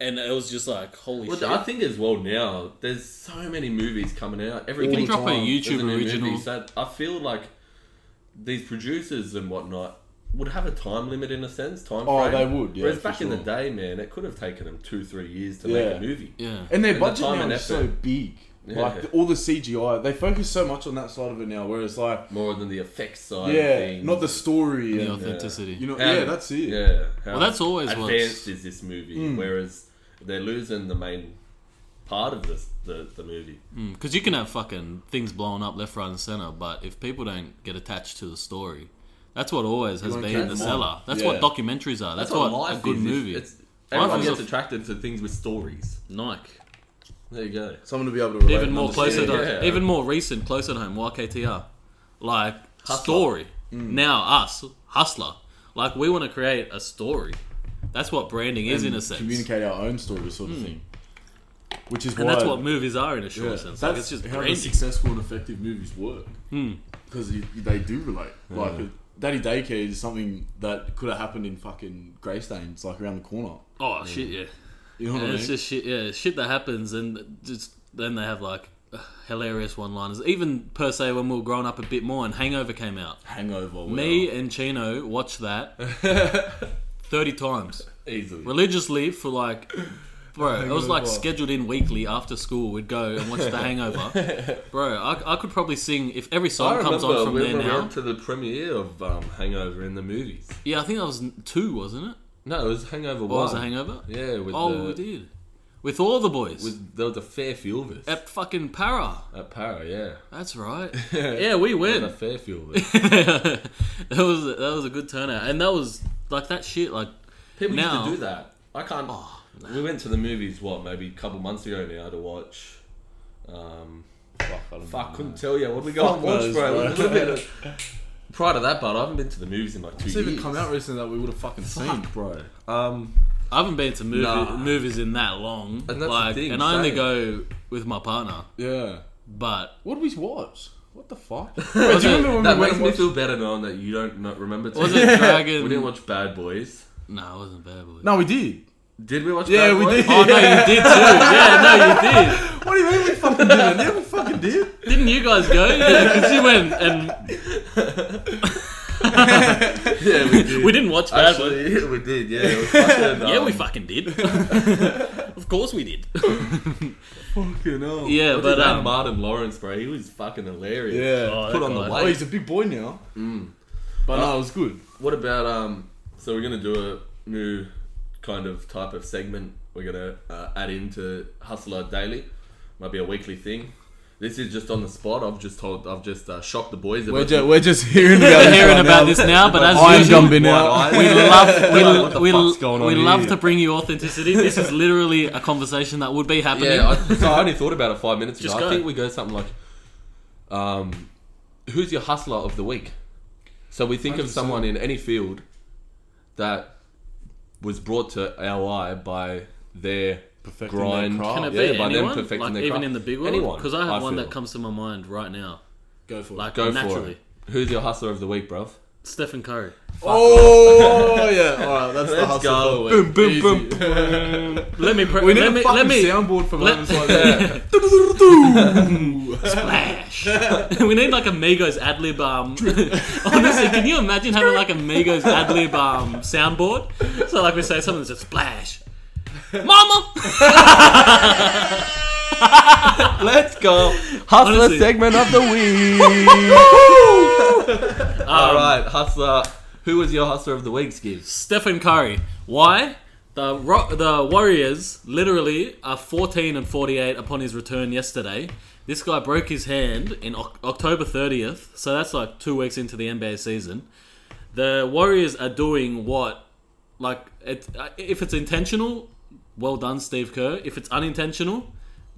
S1: and it was just like, holy
S3: Well,
S1: shit.
S3: I think as well now, there's so many movies coming out. Every
S1: you
S2: all
S1: can
S2: the
S1: drop a
S2: time.
S1: YouTube original.
S3: So I feel like these producers and whatnot would have a time limit in a sense. Time
S2: Oh,
S3: frame.
S2: they would, yeah,
S3: Whereas
S2: for
S3: back in the
S2: sure.
S3: day, man, it could have taken them two, three years to
S2: Yeah.
S3: make a movie.
S1: Yeah.
S2: and their
S3: And the
S2: budget
S3: time
S2: now
S3: and
S2: is so
S3: effort.
S2: big.
S3: Yeah.
S2: Like the- all the CGI, they focus so much on that side of it now. Whereas like,
S3: More than the effects side.
S2: yeah,
S3: of things.
S2: not the story.
S1: The
S2: And,
S1: authenticity.
S2: you know,
S3: How-
S2: yeah, that's it.
S3: Yeah. how
S1: Well, that's always what's- Mm.
S3: advanced is this movie. Whereas they're losing the main part of this the, the movie.
S1: Because you can have fucking things blowing up left, right, and center, but if people don't get attached to the story, that's what always has
S2: won't
S1: been
S2: catch
S1: the
S2: them.
S1: seller. That's
S2: Yeah.
S1: what documentaries are. That's, what, a good
S3: is.
S1: movie.
S3: It's,
S1: Life
S3: everyone
S1: is a
S3: gets
S1: f-
S3: attracted to things with stories.
S1: Nike.
S3: There you go.
S2: Someone to be able to relate
S1: Even
S2: and
S1: more closer
S2: understand.
S1: to
S3: yeah.
S1: even more recent, closer to home. YKTR, like
S3: Hustler.
S1: story. Now us hustler, like we want to create a story. That's what branding is in a sense, Hmm.
S2: communicate our own story, sort of thing. Which is
S1: and
S2: why
S1: that's what movies are in a
S2: yeah,
S1: short sense. Like it's
S2: that's
S1: just Hmm.
S2: how
S1: branding.
S2: the successful and effective movies work. Because they do relate. Like uh, Daddy Daycare is something that could have happened in fucking Greystanes, like around the corner.
S1: oh shit, yeah.
S2: You know what
S1: And
S2: I mean?
S1: it's just shit, yeah, shit that happens, and just then they have like uh, hilarious one-liners. Even per se, when we were growing up a bit more, and Hangover came out,
S2: Hangover.
S1: me and Chino watched that [LAUGHS] thirty times
S3: Easily. [LAUGHS]
S1: religiously for like. Bro, it was like
S2: Hangover.
S1: scheduled in weekly after school. We'd go and watch The
S3: [LAUGHS]
S1: Hangover. Bro, I, I could probably sing if every
S3: I
S1: song
S3: remember
S1: comes on from
S3: when
S1: there
S3: we
S1: now.
S3: went to the premiere of um, Hangover in the movies.
S1: Yeah, I think that was n- two, wasn't it?
S3: No, it was Hangover
S1: What
S3: One.
S1: was The Hangover?
S3: Yeah, with
S1: Oh,
S3: the,
S1: we did. With all the boys.
S3: With, there was a fair few of us
S1: at fucking Para.
S3: at Para. Yeah,
S1: That's right. Yeah, we
S3: there was
S1: went.
S3: a fair few of us.
S1: [LAUGHS] that was that was a good turnout, and that was like that shit. Like
S3: People
S1: Now- Oh,
S3: used to do that. I can't. We went to the movies. What maybe a couple months ago now to watch. Um,
S2: Fuck, I don't
S3: fuck,
S1: Mm.
S2: know.
S3: couldn't tell you. What did we go and watch,
S2: knows,
S3: bro?
S2: bro.
S3: It was a bit of- [LAUGHS] Prior to that, but I haven't been to the movies in like two
S2: It's
S3: years.
S2: even come out recently that we would have fucking seen, bro.
S3: Um,
S1: I haven't been to movie,
S3: Nah.
S1: movies in that long,
S3: And that's the
S1: like,
S3: thing,
S1: and I only
S3: same.
S1: go with my partner.
S2: Yeah.
S1: But
S2: What did we watch? What
S1: [LAUGHS]
S2: the fuck?
S1: Was
S2: do you
S1: it-
S2: remember when
S3: that
S2: we went
S3: makes
S2: and
S3: me
S2: watched?
S3: feel better knowing that you don't not remember.
S1: was
S3: too.
S1: it
S3: We
S1: Dragon?
S3: didn't watch Bad Boys.
S1: no, it wasn't Bad Boys.
S2: No, we did.
S3: Did we watch?
S2: Yeah,
S3: Bad
S2: we
S3: Boys?
S2: did.
S1: Oh no, you did too. Yeah, no, you did.
S2: What do you mean we fucking did? Yeah, we fucking did.
S1: Didn't you guys go? Because you went and
S3: [LAUGHS] yeah, we did.
S1: We didn't watch Bad Boys.
S3: Actually, [LAUGHS] we did.
S1: [LAUGHS]
S3: Yeah, it was fucking,
S1: Yeah, we
S3: um,
S1: fucking did.
S3: [LAUGHS]
S1: of course we did.
S2: Fucking hell.
S1: Yeah,
S3: What
S1: but
S3: did that
S1: um,
S3: Martin Lawrence, bro, he was fucking hilarious.
S2: Yeah.
S1: Oh,
S3: put on the
S1: God.
S2: Oh, he's a big boy now. Uh,
S3: Mm.
S2: But no, it was good.
S3: What about um? So we're gonna do a new kind of type of segment. We're gonna uh, add into Hustler Daily. Might be a weekly thing. This is just on the spot. I've just told. I've just uh, shocked the boys.
S2: We're,
S3: about
S2: ju- we're just hearing about
S1: We're
S2: this
S1: hearing
S2: right
S1: about
S2: now.
S1: this now, but
S2: I am
S1: as usual,
S2: jumping out.
S1: we love we,
S3: Like, what the
S1: we,
S3: fuck's
S2: going
S1: we
S2: on
S1: love
S2: here?
S1: to bring you authenticity. This is literally a conversation that would be happening.
S3: Yeah, I, so I only thought about it five minutes ago.
S1: Just
S3: I
S1: go.
S3: think we go something like, um, who's your hustler of the week? So we think of
S2: 100%.
S3: someone in any field that was brought to our eye by their
S2: Perfecting their
S3: grind.
S2: craft.
S1: Can it
S3: Oh, yeah,
S1: be
S3: by them
S1: anyone?
S3: perfecting
S1: like
S3: their
S1: even
S3: craft.
S1: in the big world?
S3: Anyone,
S1: Because I have
S3: I
S1: one
S3: feel.
S1: that comes to my mind right now.
S2: Go for it.
S1: Like
S3: Go for
S1: naturally,
S3: it. Who's your hustler of the week, bruv?
S1: Stephen Curry. [LAUGHS]
S2: oh, yeah. All right, that's the
S3: Let's go.
S2: hustle. Boom, boom, boom. [LAUGHS]
S1: Let me pre-
S2: We need
S1: let
S2: a
S1: me
S2: fucking
S1: let me [LAUGHS]
S2: soundboard for
S1: let-
S2: [LAUGHS] moments like that.
S1: splash. [LAUGHS] we need like a Migos ad lib. Um, [LAUGHS] honestly, can you imagine having like a Migos ad lib um, soundboard? So like we say something that's a splash. Mama.
S3: Let's go. Hustler
S1: Honestly.
S3: segment of [LAUGHS] the week. All right, hustler. Who was your hustler of the week, Skibs?
S1: Stephen Curry. Why? The Ro- the Warriors literally are 14 and 48 upon his return yesterday. This guy broke his hand in Oc- October 30th, so that's like two weeks into the NBA season. The Warriors are doing what, like, it, uh, if it's intentional, well done, Steve Kerr. If it's unintentional,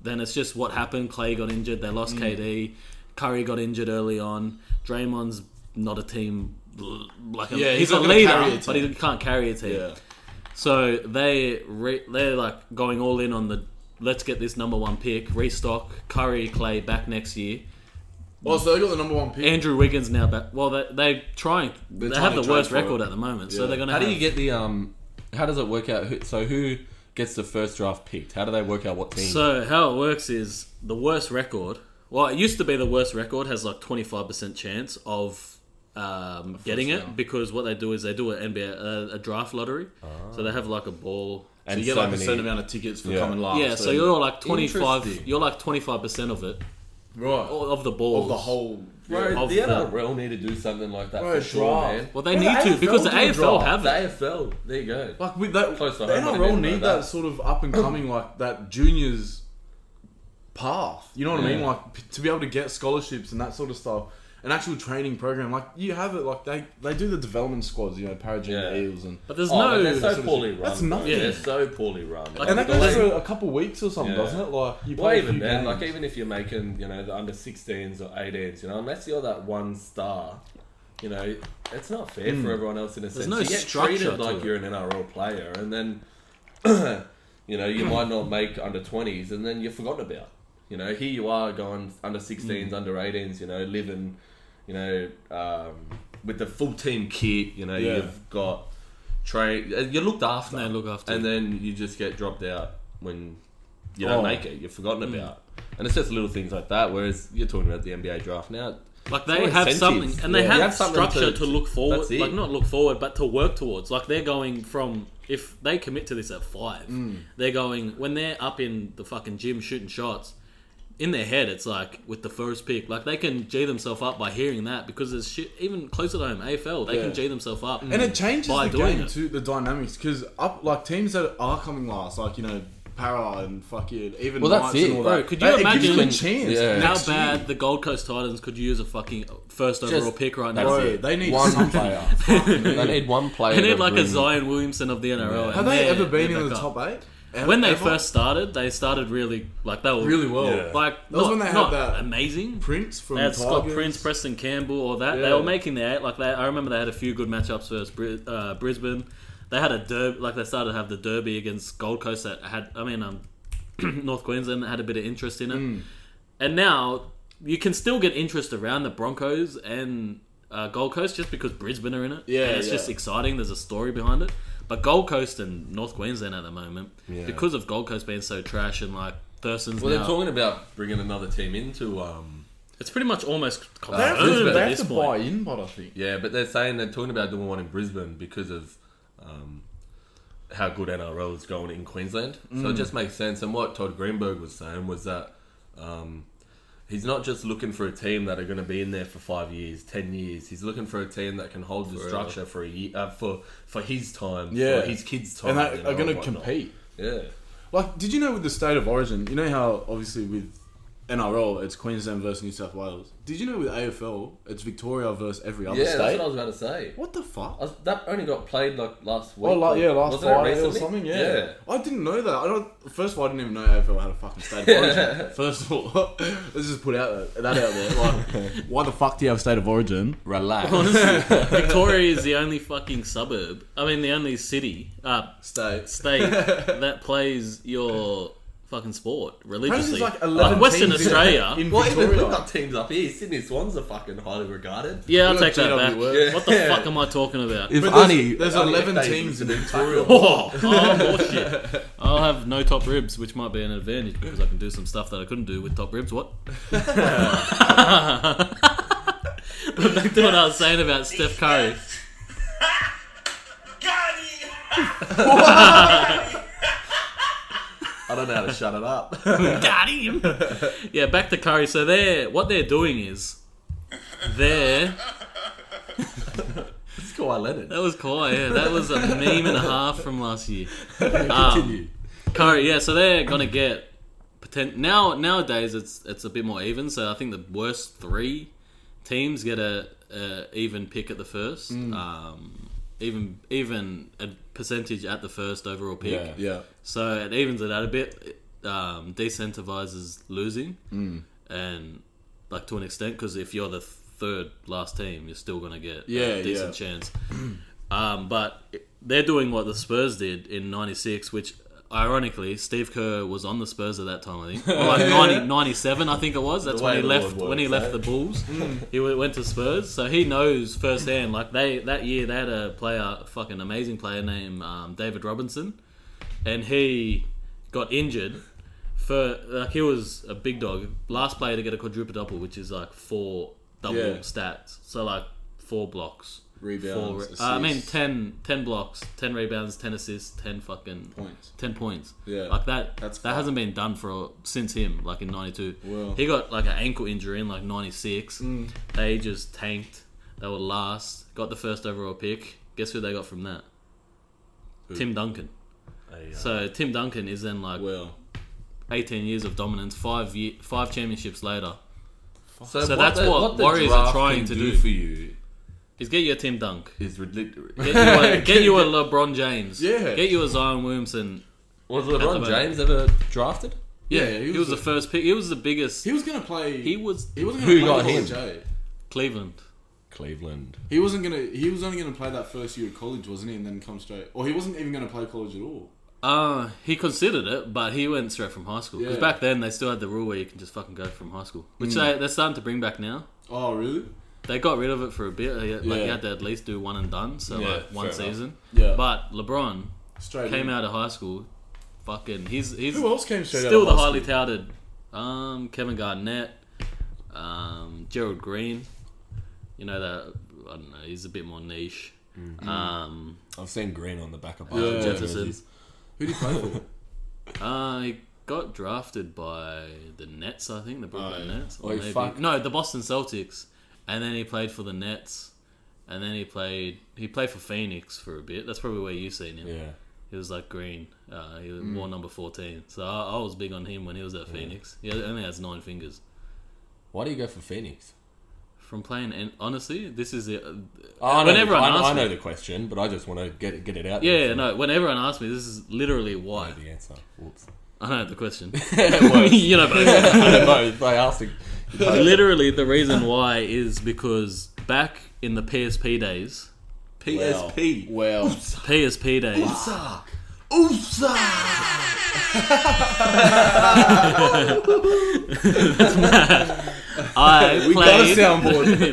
S1: then it's just what happened. Clay got injured. They
S2: Mm.
S1: lost KD. Curry got injured early on. Draymond's not a team like a,
S2: Yeah,
S1: he's,
S2: he's
S1: a
S2: not gonna
S1: leader,
S2: carry a
S1: but
S2: team.
S1: he can't carry a team.
S2: Yeah.
S1: So they re- they're like going all in on the let's get this number one pick, restock Curry, Clay back next year.
S2: Oh, so they got the number one pick.
S1: Andrew Wiggins now back. Well, they they trying. they
S2: trying
S1: have
S2: to
S1: the worst
S2: trade for
S1: record
S2: him.
S1: at the moment, so
S2: Yeah.
S1: they're gonna.
S3: How do
S1: have-
S3: you get the um? How does it work out? Who- So who gets the first draft picked? How do they work out what team?
S1: So how it works is the worst record. Well, it used to be the worst record has like twenty five percent chance of um, getting it
S2: round.
S1: because what they do is they do an NBA uh, a draft lottery. So they have like a ball.
S2: Ah. So you
S3: and
S2: get
S3: so
S2: like
S3: many-
S2: a certain amount of tickets for
S3: Yeah.
S2: coming last.
S1: yeah, so you're like twenty five.
S2: Interesting.
S1: You're like twenty five percent of it
S2: right
S1: of the balls
S2: of the whole.
S3: Bro,
S1: Of
S3: the
S1: the-
S3: NRL need to do something like that
S2: Bro,
S3: for sure,
S2: draft.
S3: man.
S1: Well, they
S2: Yeah,
S1: need
S2: the
S1: to because the
S2: AFL do a
S1: AFL
S2: draft.
S1: have
S3: The
S1: it.
S3: AFL, there you go.
S2: Like with that,
S3: Close to
S2: the
S3: home, I
S2: NRL
S3: didn't
S2: need
S3: know
S2: that.
S3: that.
S2: sort of up and coming like that juniors path. You know what I mean?
S3: Yeah.
S2: Like p- to be able to get scholarships and that sort of stuff, an actual training program. Like you have it. Like they they do the development squads. You know, Parajunior
S3: Yeah.
S2: Eels and.
S1: But there's
S3: Oh,
S1: no.
S3: but they're so
S2: sort of-
S3: poorly run.
S2: that's
S3: bro.
S2: nothing.
S1: Yeah.
S3: They're so poorly run.
S1: Like,
S2: And that
S1: the
S2: goes
S1: league-
S2: for a couple weeks or something,
S3: Yeah.
S2: doesn't it? Like you
S3: Well,
S2: play a
S3: even
S2: few
S3: then,
S2: games.
S3: like even if you're making, you know, the under 16s or 18s, you know, unless you're that one star, you know, it's not fair
S2: Hmm.
S3: for everyone else in a sense.
S1: no
S3: you get
S1: structure
S3: treated
S1: to
S3: like
S1: it.
S3: you're an NRL player, and then, [CLEARS THROAT] you know, you might not make under 20s, and then you're forgotten about. You know, here you are going under 16s,
S2: Hmm.
S3: under 18s, you know, living, you know, um, with the full team kit, you know,
S2: Yeah.
S3: you've got train, uh, you're looked after.
S1: They're looked after.
S3: And then you just get dropped out when you don't
S2: Oh.
S3: make it. You're forgotten about. And it's just little things like that. Whereas you're talking about the NBA draft now.
S1: Like
S3: It's
S1: they
S3: all
S1: have
S3: incentives.
S1: something, and they
S3: Yeah.
S1: have,
S3: You have something
S1: structure to,
S3: to-
S1: look forward.
S3: that's it.
S1: Like not look forward, but to work towards. Like they're going from if they commit to this at five,
S2: Mm.
S1: they're going when they're up in the fucking gym shooting shots. In their head, it's like with the first pick, like they can g themselves up by hearing that because there's shit even closer to home AFL. They
S2: Yeah.
S1: can g themselves up,
S2: and it changes
S1: by
S2: the
S1: doing
S2: game
S1: it.
S2: to the dynamics because up like teams that are coming last, like you know. Para and fuck it, even
S3: Well, that's
S2: Knights and
S3: it.
S2: all
S1: Bro,
S2: that.
S1: could you
S2: that, It
S1: imagine-
S2: gives you a chance.
S3: Yeah.
S1: how
S2: next year.
S1: bad the Gold Coast Titans could use a fucking first overall pick right now.
S2: Bro,
S1: [LAUGHS]
S2: they need
S3: One
S2: something.
S3: player.
S2: [LAUGHS] Fucking
S3: They
S2: hell.
S3: [LAUGHS] need one player.
S1: They need
S3: to
S1: like a
S3: bring-
S1: Zion Williamson of the NRL. and
S2: Have they
S1: they're-
S2: ever been
S1: they're
S2: in the
S1: back up.
S2: top eight? Ever-
S1: When they
S2: ever?
S1: first started, they started really like they were
S2: Really well.
S3: Yeah.
S1: Like
S2: That was
S1: not,
S2: when they had
S1: not
S2: that-
S1: amazing.
S2: Prince from
S1: they had Scott
S2: Tigers.
S1: Prince, Preston Campbell, all that. They
S2: Yeah.
S1: were making the eight. Like they, I remember they had a few good matchups versus Bri- uh, Brisbane. They had a derby, like they started to have the derby against Gold Coast that had, I mean, um, [CLEARS THROAT] North Queensland that had a bit of interest in it.
S2: Hmm.
S1: And now you can still get interest around the Broncos and uh, Gold Coast just because Brisbane are in it.
S2: Yeah,
S1: and it's just
S2: yeah.
S1: exciting. There's a story behind it. But Gold Coast and North Queensland at the moment,
S3: Yeah.
S1: because of Gold Coast being so trash and like Thurston's
S3: Well,
S1: now-
S3: they're talking about bringing another team into um,
S1: It's pretty much almost
S2: They
S1: confirmed
S2: have to,
S1: at
S2: Uh, they have
S1: this
S2: to
S1: point.
S2: buy in, but I think.
S3: Yeah, but they're saying they're talking about doing one in Brisbane because of um, how good NRL is going in Queensland. So it just makes sense. And what Todd Greenberg was saying was that um, he's not just looking for a team that are going to be in there for five years, ten years. He's looking for a team that can hold the structure for a year, uh, for for his time,
S2: Yeah.
S3: for his kids' time,
S2: And they
S3: you know,
S2: are going to
S3: whatnot.
S2: compete.
S3: Yeah,
S2: Like, did you know with the state of origin, you know how obviously with NRL it's Queensland versus New South Wales. Did you know with AFL it's Victoria versus every other
S3: yeah.
S2: state?
S3: That's what I was about to say.
S2: what the fuck?
S3: I was- that only got played like last week.
S2: Oh, like, yeah,
S3: or-
S2: last
S3: wasn't it
S2: Friday or
S3: recently?
S2: something. Yeah. I didn't know that. I don't. First of all, I didn't even know AFL had a fucking state of [LAUGHS] origin. first of all, [LAUGHS] let's just put out that, that out there. [LAUGHS] Like, why the fuck do you have state of origin?
S3: Relax.
S1: Honestly, Victoria is the only fucking suburb. I mean, the only city, uh,
S2: State.
S1: state that plays your fucking sport religiously.
S2: Apparently there's like 11
S1: Western
S2: teams in-
S1: Australia.
S2: [LAUGHS] in
S3: Well, even
S2: Victoria.
S3: we've got teams up here. Sydney Swans are fucking highly regarded.
S1: yeah, I'll
S2: We've
S1: take
S2: got
S1: that back.
S2: GWS.
S1: What the fuck am I talking about?
S3: If
S2: But there's- there's 11
S3: if they
S2: teams in
S3: listen to
S2: Victoria.
S3: Tackle.
S1: Oh,
S2: [LAUGHS]
S1: oh bullshit. I'll have no top ribs, which might be an advantage because I can do some stuff that I couldn't do with top ribs.
S2: [LAUGHS]
S1: What? [LAUGHS] but back to what I was saying about Steph Curry.
S4: Got it!
S3: [LAUGHS] I don't know how to shut it up.
S1: Got him. [LAUGHS] Yeah, back to Curry. So they're what they're doing is they're
S3: it's Kawhi Leonard.
S1: that was Kawhi. Yeah, that was a meme and a half from last year.
S2: Um, [LAUGHS]
S3: Continue.
S1: Curry, yeah. So they're gonna get potent. Now nowadays, it's it's a bit more even. So I think the worst three teams get a, a even pick at the first, um, even even a percentage at the first overall pick.
S3: Yeah.
S2: Yeah.
S1: So it evens it out a bit. It, um, decentivizes losing,
S2: Mm.
S1: and like to an extent, because if you're the third last team, you're still going to get
S2: Yeah,
S1: a decent chance. Um, but they're doing what the Spurs did in '96, which ironically Steve Kerr was on the Spurs at that time. I think, or
S3: [LAUGHS]
S1: like 90, 97, I think it was. That's
S3: The
S1: when
S3: way
S1: he
S3: the
S1: left.
S3: world
S1: When he
S3: works,
S1: left
S3: eh?
S1: the
S3: [LAUGHS]
S1: Bulls, he w- went to Spurs, so he knows firsthand. Like they that year, they had a player, a fucking amazing player named um, David Robinson and he got injured for like he was a big dog, last player to get a quadruple double, which is like four double
S2: Yeah.
S1: stats. So like four blocks, four.
S2: Rebounds.
S1: re- uh, I mean,
S2: assists,
S1: 10, 10 blocks, ten rebounds, ten assists, ten fucking
S2: points.
S1: ten points.
S2: Yeah.
S1: like that.
S2: That's
S1: that
S2: fine.
S1: hasn't been done for a- since him, like in '92.
S2: Wow.
S1: He got like an ankle injury in like '96.
S2: Mm.
S1: They just tanked. They were last. Got the first overall pick. Guess who they got from that? Tim Duncan. So Tim Duncan is then like
S2: Well,
S1: 18 years of dominance, five ye five championships later.
S3: so,
S1: that's what Warriors are
S3: draft
S1: trying
S3: can
S1: to do.
S3: for you
S1: Is get you a Tim Dunk,
S3: is ridiculous.
S1: get you a, get you a LeBron James,
S2: Yeah.
S1: get you a Zion Williamson.
S3: Was
S1: At the
S3: LeBron
S1: moment.
S3: James ever drafted?
S1: Yeah,
S2: Yeah,
S1: he, was the first pick. He was the biggest.
S2: he was going to play.
S1: He was
S2: he wasn't
S3: Who
S2: going to play
S3: got
S2: college.
S3: him?
S2: eh?
S1: Cleveland.
S3: Cleveland.
S2: He wasn't going to. He was only going to play that first year of college, wasn't he? And then come straight. Or he wasn't even going to play college at all.
S1: Uh, he considered it, but he went straight from high school because
S2: Yeah.
S1: back then they still had the rule where you can just fucking go from high school, which they they're starting to bring back now.
S2: Oh, really?
S1: They got rid of it for a bit. Like you
S2: Yeah.
S1: had to at least do one and done, so
S3: Yeah,
S1: like one
S3: fair enough.
S1: season.
S2: Yeah.
S1: But LeBron
S2: Straight
S1: came
S2: in.
S1: out of high school, fucking. He's he's
S2: Who else came straight out?
S1: Still
S2: of
S1: the
S2: high
S1: highly
S2: school?
S1: touted um, Kevin Garnett, um, Gerald Green. You know that I don't know. He's a bit more niche. Um,
S3: I've seen green on the back of
S2: Mm-hmm. Yeah.
S3: Barnes
S1: Jefferson.
S3: jerseys.
S2: Who did he play [LAUGHS] for?
S1: uh, he got drafted by the Nets, I think the Brooklyn
S2: yeah.
S1: Nets.
S3: Oh, fuck.
S1: No, the Boston Celtics, and then he played for the Nets. And then he played. He played for Phoenix for a bit. That's probably where you seen him.
S3: Yeah.
S1: He was like green. Uh, he
S2: Mm.
S1: wore number fourteen. So I, I was big on him when he was at Phoenix. He only has nine fingers.
S3: Why do you go for Phoenix?
S1: from playing. And honestly, this is it.
S3: I know,
S1: when
S3: the-
S1: everyone
S3: I, know-
S1: asks
S3: I know
S1: me,
S3: the question, but I just want to get it, get it out.
S1: yeah,
S3: there.
S1: no. When everyone asks me, this is literally
S3: I
S1: why
S3: know the answer. Whoops. [LAUGHS]
S1: I know the [LAUGHS] question.
S3: Well,
S1: you know, but
S3: I don't know. They asked.
S1: literally the reason why is because back in the PSP days,
S3: PSP.
S2: Well,
S1: PSP days,
S3: Oopsa. Oopsa.
S1: I
S2: we got a
S1: played.
S2: soundboard.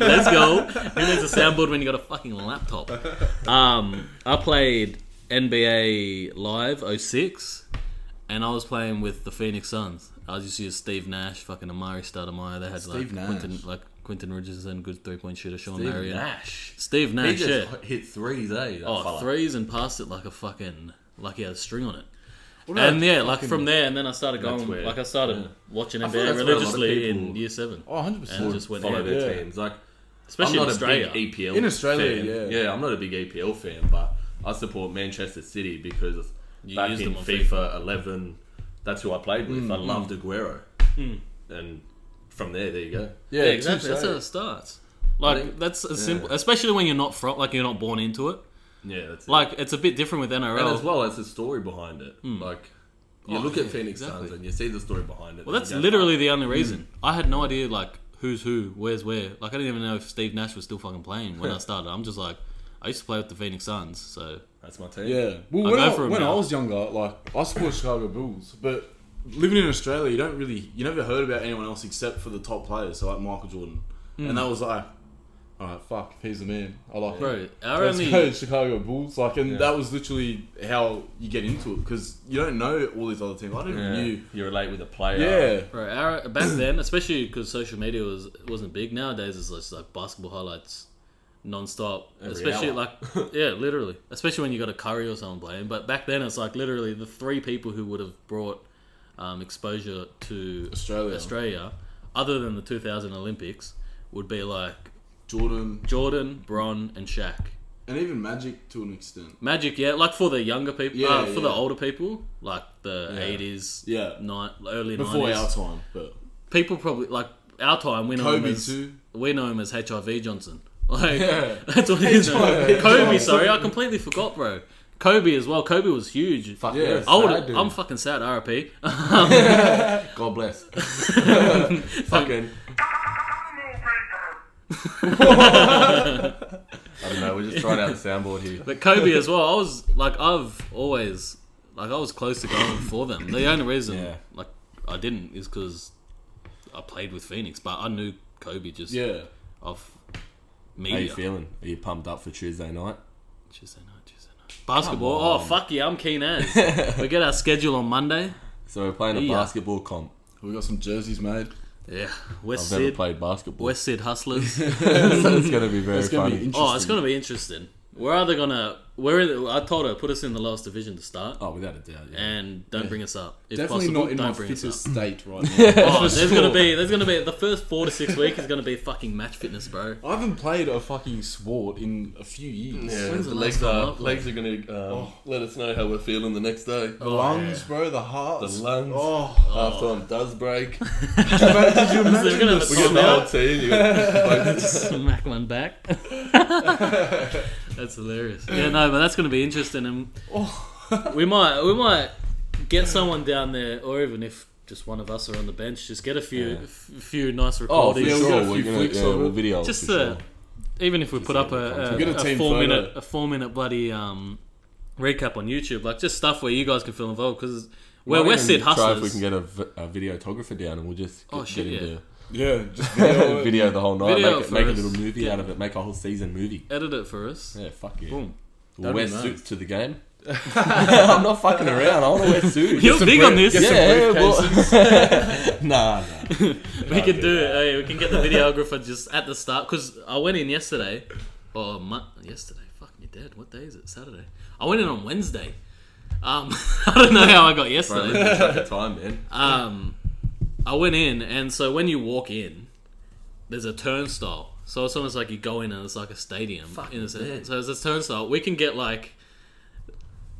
S1: [LAUGHS] Let's go. Who needs a soundboard when you got a fucking laptop? Um, I played oh NBA Live 06 and I was playing with the Phoenix Suns I was used to use Steve Nash, fucking Amari Stoudemire. They had
S2: Steve
S1: like
S2: Nash.
S1: Quentin, like Quentin Richardson, good three point shooter, Sean
S3: Steve
S1: Marion,
S3: Nash.
S1: Steve
S3: He
S1: Nash. Yeah.
S3: just hit threes, eh? that
S1: Oh,
S3: fella.
S1: threes and passed it like a fucking like he had a string on it.
S2: What about
S1: And yeah, like
S2: fucking-
S1: from there, and then I started
S3: That's
S1: going,
S3: where-
S1: like I started
S3: yeah.
S1: watching
S3: I feel
S1: NBA
S3: that's where a lot of
S1: religiously in
S3: people-
S1: year seven,
S2: Oh, 100%.
S1: and just went
S3: follow
S1: yeah.
S3: their
S2: Yeah.
S3: teams. Like,
S1: especially
S3: I'm
S1: in
S3: not
S1: Australia.
S3: a big E EPL
S2: In Australia,
S3: fan.
S2: yeah.
S3: yeah, I'm not a big EPL fan, but I support Manchester City because
S1: You
S3: back
S1: used
S3: in
S1: them on Mm,
S3: FIFA, 11, that's who I played with. I loved Aguero, and from there, there you go.
S2: yeah,
S1: Hmm. yeah,
S2: two
S1: exactly. That's how it
S2: sides.
S1: starts. Like
S3: think-
S1: that's as simple, especially when you're not from, like you're not born into it.
S3: Yeah, that's it.
S1: Like it's a bit different with NRL.
S3: and as well, it's a story behind it. Like, you
S1: Oh,
S3: look
S1: yeah,
S3: at Phoenix
S1: exactly.
S3: Suns and you see the story behind it.
S1: Well, that's
S3: and you go,
S1: literally the
S3: Mm.
S1: only reason. I had no idea like who's who, where's where. Like I didn't even know if Steve Nash was still fucking playing
S3: [LAUGHS]
S1: when I started. I'm just like, I used to play with the Phoenix Suns, so
S3: That's my team.
S2: Yeah. Well,
S1: I
S2: when,
S1: go
S2: I,
S1: for 'em
S2: when
S1: now.
S2: I was younger, like I support Chicago Bulls, but living in Australia, you don't really, you never heard about anyone else except for the top players, so like Michael Jordan,
S1: Hmm.
S2: and that was like, all right, fuck, if he's the man. I like him.
S1: bro, our
S2: Let's
S1: only
S2: go Chicago Bulls, like, and
S3: Yeah.
S2: that was literally how you get into it because you don't know all these other teams. I didn't
S3: Yeah.
S2: even knew.
S3: You relate with a player.
S2: Yeah,
S1: Bro, our, back then, especially because social media was wasn't big. Nowadays, it's just like basketball highlights non-stop.
S3: Every
S1: especially
S3: hour.
S2: [LAUGHS]
S1: like, yeah, literally. Especially when you got a Curry or someone playing. But back then, it's like literally the three people who would have brought um, exposure to
S2: Australia.
S1: Australia, other than the 2000 Olympics, would be like
S2: Jordan,
S1: Jordan, Bron, and Shaq.
S2: and even Magic to an extent.
S1: Magic, yeah, like for the younger people,
S2: Yeah,
S1: uh, for the
S2: yeah.
S1: older people, like the
S3: Yeah.
S1: 80s,
S2: Yeah.
S1: ni- early
S2: Before
S1: 90s.
S2: our time, but
S1: people probably like our time. We know him
S2: Kobe
S1: as
S2: too.
S1: we know him as HIV Johnson. [LAUGHS] Like
S2: Yeah.
S1: that's what his
S2: HIV.
S1: name. Kobe. Sorry, I completely forgot, bro. Kobe as well. Kobe was huge. Fuck
S2: yeah.
S1: I
S3: Sad
S1: would,
S3: dude.
S1: I'm fucking sad, [LAUGHS]
S3: [LAUGHS]
S1: RP. [LAUGHS]
S3: God bless. Fucking. [LAUGHS] I don't know. We're just trying out the soundboard [LAUGHS] here.
S1: But Kobe as well. I was like, I've always like I was close to going for them. The only reason
S3: Yeah.
S1: like I didn't is because I played with Phoenix, but I knew Kobe just
S2: Yeah,
S1: off
S3: How
S1: media.
S3: you feeling? Are you pumped up for Tuesday night?
S1: Tuesday night, Tuesday night. Basketball. Oh
S3: on.
S1: fuck yeah, I'm keen as. we get our schedule on Monday.
S3: So we're playing a
S1: Yeah.
S3: basketball comp.
S2: we got some jerseys made.
S1: Yeah,
S3: I've
S1: West
S3: never
S1: Sid,
S3: played basketball,
S1: West Sid Hustlers.
S3: [LAUGHS] so it's going to be very
S2: It's gonna
S3: funny.
S2: be interesting.
S1: oh, it's gonna be interesting. We're either gonna we're either, I told her put us in the lowest division to start,
S3: oh, without a doubt. Yeah.
S1: and don't bring us up. If
S2: Definitely
S1: possible,
S2: not in
S1: don't
S2: my
S1: bring us
S2: fittest
S1: up.
S2: state
S1: [LAUGHS]
S2: right now.
S1: Oh,
S2: For
S1: there's
S2: sure.
S1: gonna be there's gonna be the first four to six weeks is gonna be fucking match fitness, bro.
S2: I haven't played a fucking sport in a few years.
S3: Yeah,
S1: When's the
S3: the legs
S1: last time
S3: are
S1: I've
S3: legs are gonna um,
S2: Oh.
S3: let us know how we're feeling the next day.
S1: Oh,
S2: The lungs, bro, the heart.
S3: The lungs.
S2: Oh.
S3: Half time does break.
S2: [LAUGHS] Did you ima- did
S1: They're
S2: you
S3: [LAUGHS]
S2: imagine
S1: gonna
S2: the
S1: have a
S3: We get the whole
S1: timeout,
S3: team. You got-
S1: smack one back. [LAUGHS] that's hilarious. Yeah, no, but that's gonna be interesting, and we might we might get someone down there, or even if just one of us are on the bench, just get a few
S3: Yeah.
S1: f- few nice
S3: oh, for
S1: recordings.
S2: yeah, we got a
S3: sure.
S2: few
S3: We're gonna
S2: flicks
S3: yeah,
S2: of
S3: we'll
S2: it.
S3: video. it
S1: just
S3: for
S1: uh
S3: sure.
S1: even if we put
S3: a
S1: up
S3: little
S1: a, a,
S3: content.
S2: Get a
S1: a
S2: team
S1: four
S2: photo.
S1: minute a four minute bloody um, recap on YouTube, like just stuff where you guys can feel involved because we're
S3: Might
S1: we're
S3: even
S1: Sid
S3: Try if we
S1: hustlers.
S3: can get a, vi- a videographer down, and we'll just get,
S1: Oh, shit,
S3: get him [LAUGHS]
S1: yeah.
S3: to
S2: Yeah, [LAUGHS] just video. it.
S3: video the whole night.
S1: Video
S3: make it,
S1: for
S3: make a
S1: us.
S3: little movie
S1: Yeah.
S3: out of it. Make a whole season movie.
S1: Edit it for us.
S3: Yeah, fuck yeah.
S1: Boom.
S3: We'll wear
S2: That'd be
S3: suits to the
S1: [LAUGHS]
S3: game. [LAUGHS] I'm not fucking around. I want to wear suits.
S1: You're
S2: some
S1: big on
S2: brief-
S1: this.
S2: get some
S3: yeah, well, [LAUGHS]
S1: [LAUGHS]
S3: nah, nah.
S1: we can
S3: do
S1: do it. Hey, we can get the videographer just at the start because I went in yesterday. Oh, mu- yesterday. Fuck, you're dead. What day is it? Saturday. I went in on Wednesday. Um, [LAUGHS] I don't know how I got
S3: Bro,
S1: yesterday.
S3: live the track of time, man.
S1: Um, I went in, and so when you walk in, there's a turnstile. So it's almost like you go in, and it's like a stadium. in a sense.
S3: dead.
S1: So it's a turnstile. We can get like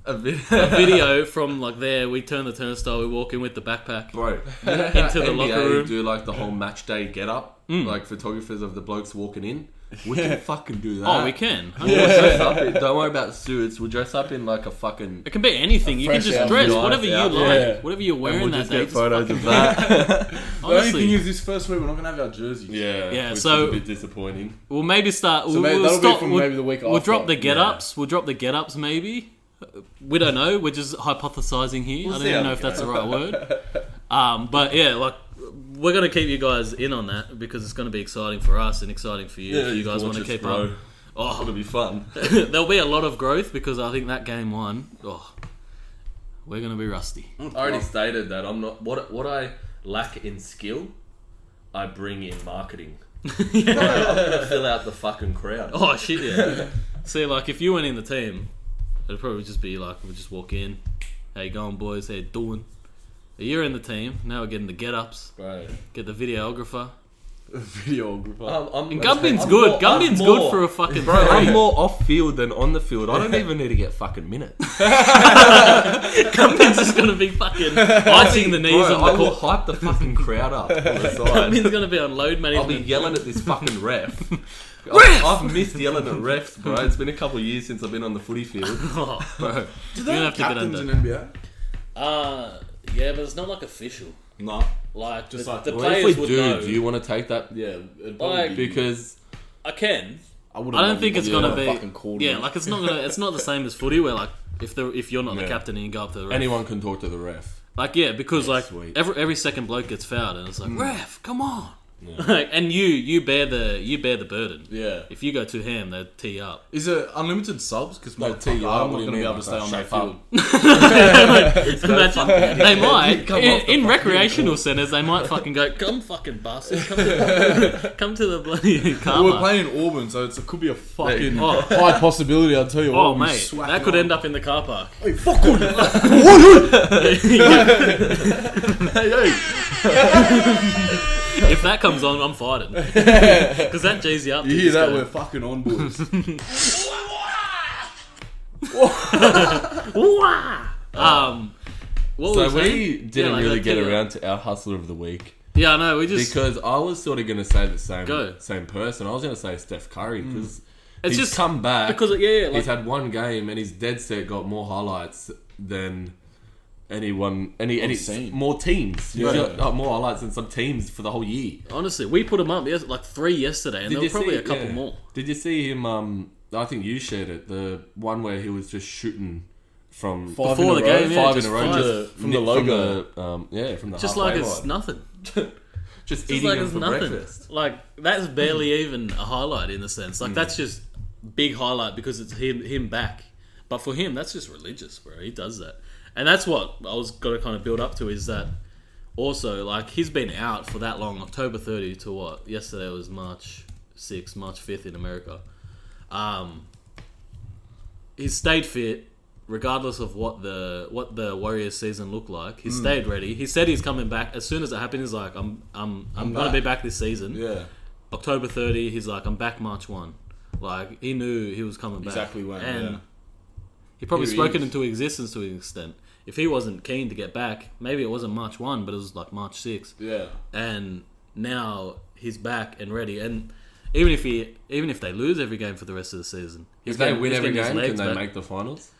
S3: A
S1: [LAUGHS]
S3: video,
S1: video from like there. We turn the turnstile. We walk in with the backpack.
S3: bro.
S1: [LAUGHS] Into
S3: [LAUGHS]
S1: the
S3: NBA
S1: locker room. Mm.
S3: Do like the whole match day get up, like photographers of the blokes walking in.
S1: [LAUGHS]
S3: We
S2: Yeah.
S3: can fucking do that.
S1: Oh, we can.
S3: We'll dress up in, don't worry about suits. We'll dress up in like a fucking.
S1: It can be anything. You can
S2: fresh
S1: just
S2: outfit.
S1: dress
S3: Nice
S1: whatever you
S3: outfit.
S1: like,
S2: Yeah.
S1: whatever you're wearing
S3: We'll
S1: that
S3: just
S1: day.
S3: get
S1: just
S3: photos
S1: fucking-
S3: of that.
S2: The only
S1: Honestly,
S2: thing is, this first week we're not gonna have our jerseys.
S3: yeah.
S1: Yeah,
S3: which is
S1: so-
S3: a bit disappointing.
S1: we'll maybe start. We'll,
S2: maybe-
S1: we'll
S2: that'll be
S1: stop-
S2: from
S1: we'll-
S2: maybe the week
S1: We'll drop
S2: after.
S1: the get ups. We'll drop the get ups. Maybe Uh, we don't know. We're just hypothesizing here. I don't
S3: see
S1: even
S3: how
S1: know
S3: it
S1: if that's the
S3: goes.
S1: right word. Um, but yeah, like we're gonna keep you guys in on that because it's gonna be exciting for us and exciting for you. if you guys want to keep up.
S3: Oh, it'll be fun.
S1: [LAUGHS] There'll be a lot of growth because I think that game won. Oh, we're gonna be rusty. [LAUGHS]
S3: [LAUGHS] I already stated that I'm not what what I lack in skill, I bring in marketing. [LAUGHS]
S1: Yeah.
S3: I'm gonna fill out the fucking crowd.
S1: Oh shit, yeah. See, like if you went in the team, it'd probably just be like we just walk in, how you going, boys? How you doing? You're in the team now. We're getting the get-ups,
S3: Bro.
S1: get the videographer.
S2: [LAUGHS] Videographer.
S1: Um,
S3: I'm, I'm,
S1: And Gumbin's good. Gumbin's good for a fucking
S3: Bro, I'm
S1: three.
S3: more off field than on the field. I don't even need to get fucking minutes.
S1: Gumbin's just gonna be
S3: [LAUGHS]
S1: fucking icing the knees
S3: Bro, I
S1: on the
S3: will [LAUGHS]
S1: court.
S3: hype the fucking crowd
S1: [LAUGHS]
S3: up on the side.
S1: Gumbin's gonna be on load
S3: I'll be
S1: [LAUGHS] management.
S3: yelling at this
S1: [LAUGHS]
S3: fucking ref.
S1: Ref!
S3: I've, I've missed yelling at refs, bro. It's been a couple of years since I've been on the footy field.
S1: Oh.
S3: Bro,
S2: Do
S1: they You're gonna have have to get
S2: captains
S1: captains
S2: in
S1: under.
S2: NBA?
S1: Uh, yeah, but it's not like official.
S2: No.
S1: Like,
S2: Just
S1: the,
S2: like-
S1: the
S2: Well,
S3: what
S1: players
S3: if we
S1: would
S3: do?
S1: know.
S3: Do you want to take that?
S2: Yeah. it'd probably
S1: Like-
S2: be-
S3: Because
S1: I can.
S2: I, wouldn't
S1: I don't
S2: want
S1: think
S2: to
S1: it's
S2: be
S1: gonna be.
S2: Fucking called
S1: yeah,
S2: in.
S1: like it's not gonna. It's not the same as footy where like if the if you're not the
S3: Yeah.
S1: captain and you go up to the ref.
S3: anyone can talk to the ref.
S1: Like yeah, because like
S3: sweet.
S1: every every second bloke gets fouled, and it's like ref, come on. [LAUGHS] Like, and you you bear the you bear the burden.
S2: Yeah.
S1: If you go too ham, they tee you up.
S2: Is it unlimited subs? Because
S3: No,
S2: no,
S3: tee
S2: I'm
S3: you
S2: not
S3: up, what do
S2: going
S3: you
S2: to be
S3: mean?
S2: able to stay
S3: Like,
S2: on that
S3: shape up.
S1: [LAUGHS]
S2: field.
S1: Imagine, they might
S3: Come
S1: in,
S3: off the
S1: in recreational centres. They might fucking go, [LAUGHS] come fucking [LAUGHS] bastard, come to the, come to the bloody car.
S2: Well, we're
S1: park."
S2: playing Auburn, so it's, it could be a fucking
S1: Oh.
S2: high possibility. I'll tell you
S1: Oh
S2: what. we
S1: mate,
S2: swack
S1: that
S2: it
S1: could
S2: up.
S1: end up in the car park.
S2: Hey, fuck
S1: [LAUGHS]
S2: all you.
S1: if [LAUGHS]
S2: hey,
S1: that comes on, I'm [LAUGHS] fighting because that G's you up. to
S2: You hear
S1: just
S2: that?
S1: go,
S2: We're fucking
S1: [LAUGHS]
S2: on, boys.
S1: Wah! Um, what
S3: So
S1: was
S3: we
S1: that?
S3: didn't
S1: eh? Yeah, like
S3: really
S1: that
S3: get
S1: too.
S3: around to our hustler of the week
S1: Yeah, I know. We just
S3: because I was sort of going to say the same
S1: Go. Mm.
S3: same person. I was going to say Steph Curry because
S1: It's
S3: he's
S1: just-
S3: come back
S1: because yeah, yeah, like,
S3: he's had one game and he's dead set got more highlights than anyone any any
S2: seen.
S3: more teams. He's
S2: Yeah.
S3: got, oh, more highlights than some teams for the whole year.
S1: honestly, we put them up yes, like three yesterday, and there were
S3: you
S1: probably
S3: see-
S1: a couple
S3: yeah.
S1: more.
S3: Did you see him? Um, I think you shared it. The one where he was just shooting from
S2: Five
S1: Before
S2: in
S1: the
S2: a row,
S1: game, yeah,
S3: five
S1: just
S3: in a row,
S1: five.
S3: just
S2: From the
S3: nip-
S2: logo.
S3: from the, um, yeah, from the
S1: Just like
S3: halfway
S1: it's
S3: line.
S1: nothing.
S3: just,
S1: Just
S3: eating
S1: like
S3: them
S1: it's
S3: for
S1: nothing.
S3: breakfast. Hmm.
S1: Like that's barely even a highlight in a sense. Like that's just big highlight because it's him him back. But for him, that's just religious, bro. He does that, and that's what I was gonna kind of build up to is that. Also, like he's been out for that long, October 30 to what? Yesterday was March 6th, March 5th in America. Um, he's stayed fit, regardless of what the what the Warriors season looked like. He
S2: Hmm.
S1: stayed ready. He said he's coming back as soon as it happened. He's like, I'm I'm I'm,
S2: I'm
S1: gonna
S2: back.
S1: be back this season.
S2: yeah.
S1: October 30, he's like, I'm back March 1. Like, he knew he was coming back.
S2: Exactly when,
S1: And
S2: yeah.
S1: he probably
S2: Here he
S1: spoke it
S2: is.
S1: into existence to an extent. If he wasn't keen to get back, maybe it wasn't March 1, but it was like March 6.
S2: Yeah.
S1: And now he's back and ready. And even if he, even if they lose every game for the rest of the season, he's
S3: If they
S1: getting-
S3: win
S1: he's
S3: every
S1: getting his
S3: game, can
S1: legs
S3: they
S1: back.
S3: make the finals?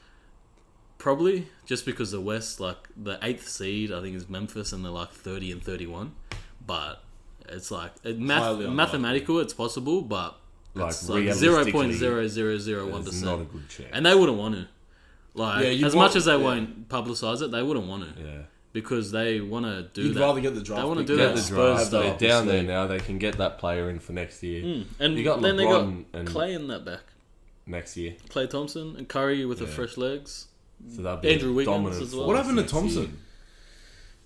S1: Probably just because the West, like the eighth seed, I think is Memphis, and they're like thirty and thirty-one. But it's like it, math,
S2: Highly unlikely.
S1: mathematical, it's possible, but
S3: Like,
S1: it's like zero
S3: realistically,
S1: point zero zero zero one
S3: It's not a
S1: percent,
S3: good chance.
S1: and they wouldn't want to. Like
S2: Yeah, you'd
S1: as
S2: want-
S1: much as they
S2: yeah.
S1: won't publicize it, they wouldn't want to
S3: yeah.
S1: because they want to do
S2: You'd
S1: that.
S2: rather get the draft.
S1: They wanna
S2: pick
S1: do
S2: than
S1: that.
S3: Get the
S1: Spurs
S3: draft.
S1: though,
S3: They're down there
S2: obviously.
S3: now. They can get that player in for next year,
S1: Hmm. and
S3: You got
S1: then
S3: LeBron
S1: they got
S3: and-
S1: Clay in that back,
S3: next year.
S1: Clay Thompson and Curry with the
S3: Yeah.
S1: fresh legs.
S3: So that'd be
S1: Andrew
S3: Andrew
S1: Wiggins
S3: dominant.
S1: as well.
S2: What
S3: force
S2: happened to
S3: next year.
S2: Thompson?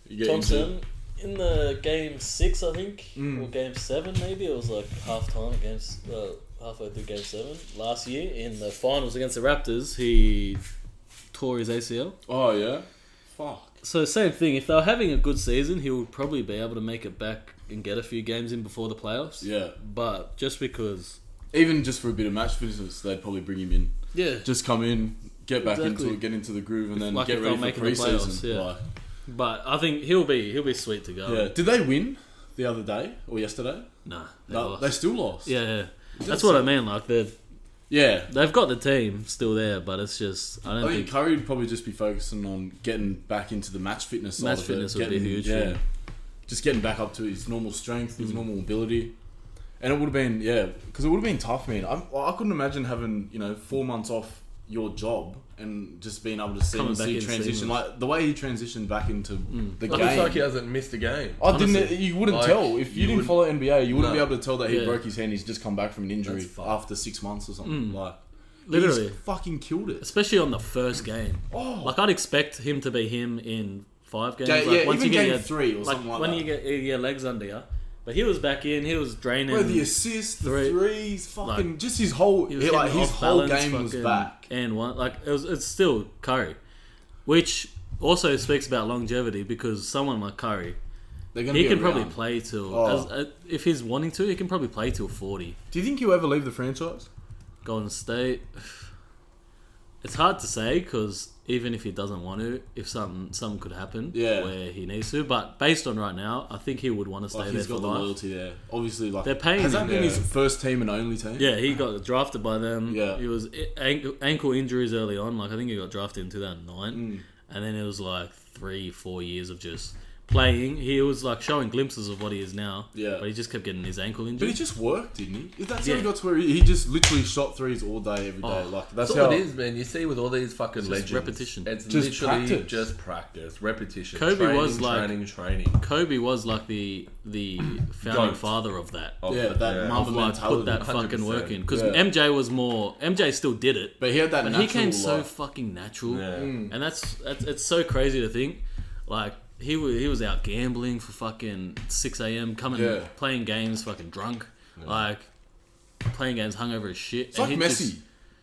S2: You get injured.
S1: Thompson in the game six, I think,
S2: Mm.
S1: or game seven, maybe it was like half time against uh, halfway through game seven last year in the finals against the Raptors. He tore his ACL.
S2: Oh yeah. Fuck.
S1: So same thing. If they were having a good season, he would probably be able to make it back and get a few games in before the playoffs.
S2: Yeah.
S1: But just because,
S2: Even just for a bit of match fitness, they'd probably bring him in.
S1: yeah,
S2: Just come in, get back
S1: Exactly.
S2: into it, get into the groove, and then
S1: like
S2: get
S1: if
S2: ready
S1: they'll
S2: for
S1: make it to the
S2: preseason.
S1: playoffs, yeah. but I think he'll be he'll be sweet to go.
S2: Like, yeah. Did they win the other day or yesterday?
S1: Nah, they
S2: No,
S1: lost.
S2: they still lost.
S1: yeah, yeah. that's
S2: That's-
S1: what I mean. Like they
S2: Yeah.
S1: they've got the team still there, but it's just I don't
S2: I
S1: think
S2: think Curry would probably just be focusing on getting back into the match fitness. side
S1: Match
S2: of it,
S1: fitness would be
S2: getting-
S1: huge,
S2: Yeah,
S1: yeah. Mm.
S2: just getting back up to his normal strength, his normal ability, and it would have been yeah, because it would have been tough, man. I'm, I couldn't imagine having you know four months off your job and just being able to see
S1: Coming back in Mm.
S2: transition
S1: seamless.
S2: like the way he transitioned back into the
S3: Looks
S2: game.
S3: like he hasn't missed a game.
S2: I
S1: honestly,
S2: didn't. e, You wouldn't
S3: like,
S2: tell if you,
S3: you
S2: didn't
S3: wouldn't-
S2: follow NBA. You wouldn't
S3: No.
S2: be able to tell that he
S1: Yeah.
S2: broke his hand. He's just come back from an injury
S3: That's fucked.
S2: after six months or something. Like
S1: Mm. Literally.
S2: he's fucking killed it.
S1: especially on the first game.
S2: Oh.
S1: Like I'd expect him to be him in five games.
S2: Yeah,
S1: like,
S2: yeah,
S1: once
S2: even
S1: you get
S2: game
S1: your,
S2: three or
S1: like,
S2: something like
S1: when
S2: that.
S1: you get your legs under you. But he was back in. He was draining.
S2: Bro, the assists, the
S1: Three.
S2: threes, fucking
S1: Like,
S2: just his whole
S1: He was
S2: yeah, like
S1: getting
S2: his
S1: off
S2: whole
S1: balance,
S2: game was
S1: fucking-
S2: back.
S1: and one like it was. It's still Curry, which also speaks about longevity because someone like Curry,
S2: They're gonna
S1: he
S2: be
S1: can
S2: around.
S1: probably play till
S2: Oh.
S1: as, uh, if he's wanting to, he can probably play till forty.
S2: Do you think he'll ever leave the franchise?
S1: Golden State. [SIGHS] It's hard to say because even if he doesn't want to, if something something could happen
S2: Yeah.
S1: where he needs to, but based on right now, I think he would want to stay
S2: Like
S1: there
S2: he's
S1: for
S2: got the
S1: life.
S2: loyalty there. Obviously, like
S1: They're paying
S2: Has that
S1: him,
S2: been
S3: yeah.
S2: his first team and only team?
S1: Yeah, he got drafted by them.
S2: Yeah.
S1: he was i- ankle, ankle injuries early on. Like I think he got drafted in two thousand
S2: Mm.
S1: nine, and then it was like three, four years of just playing. He was like showing glimpses of what he is now.
S2: Yeah.
S1: but he just kept getting his ankle
S2: But
S1: injury.
S2: he just worked, didn't he? That's how
S1: Yeah.
S2: he got to where he, he just literally shot threes all day, every day.
S1: Oh.
S2: like that's
S3: That's
S2: how
S3: all it is, man. You see with all these fucking
S1: It's just
S3: legends,
S1: repetition.
S3: It's
S2: Just
S3: literally
S2: practice.
S3: just practice, repetition.
S1: Kobe
S3: training,
S1: was like-
S3: training, training.
S1: Kobe was like the
S2: [COUGHS]
S1: the founding
S3: Goat.
S1: father of that.
S3: Of
S2: Yeah,
S3: the-
S2: that
S3: yeah.
S2: mum-
S1: Of like put that fucking
S3: 100%.
S1: work in because
S2: Yeah.
S1: MJ was more MJ still did it,
S2: But he had that.
S1: but
S2: natural,
S1: he came so
S2: like-
S1: fucking natural.
S3: Yeah.
S2: Mm.
S1: And that's, that's it's so crazy to think, like he wa- he was out gambling for fucking six a.m. coming
S2: Yeah.
S1: playing games fucking drunk, like playing games hungover as shit.
S2: it's like Messi.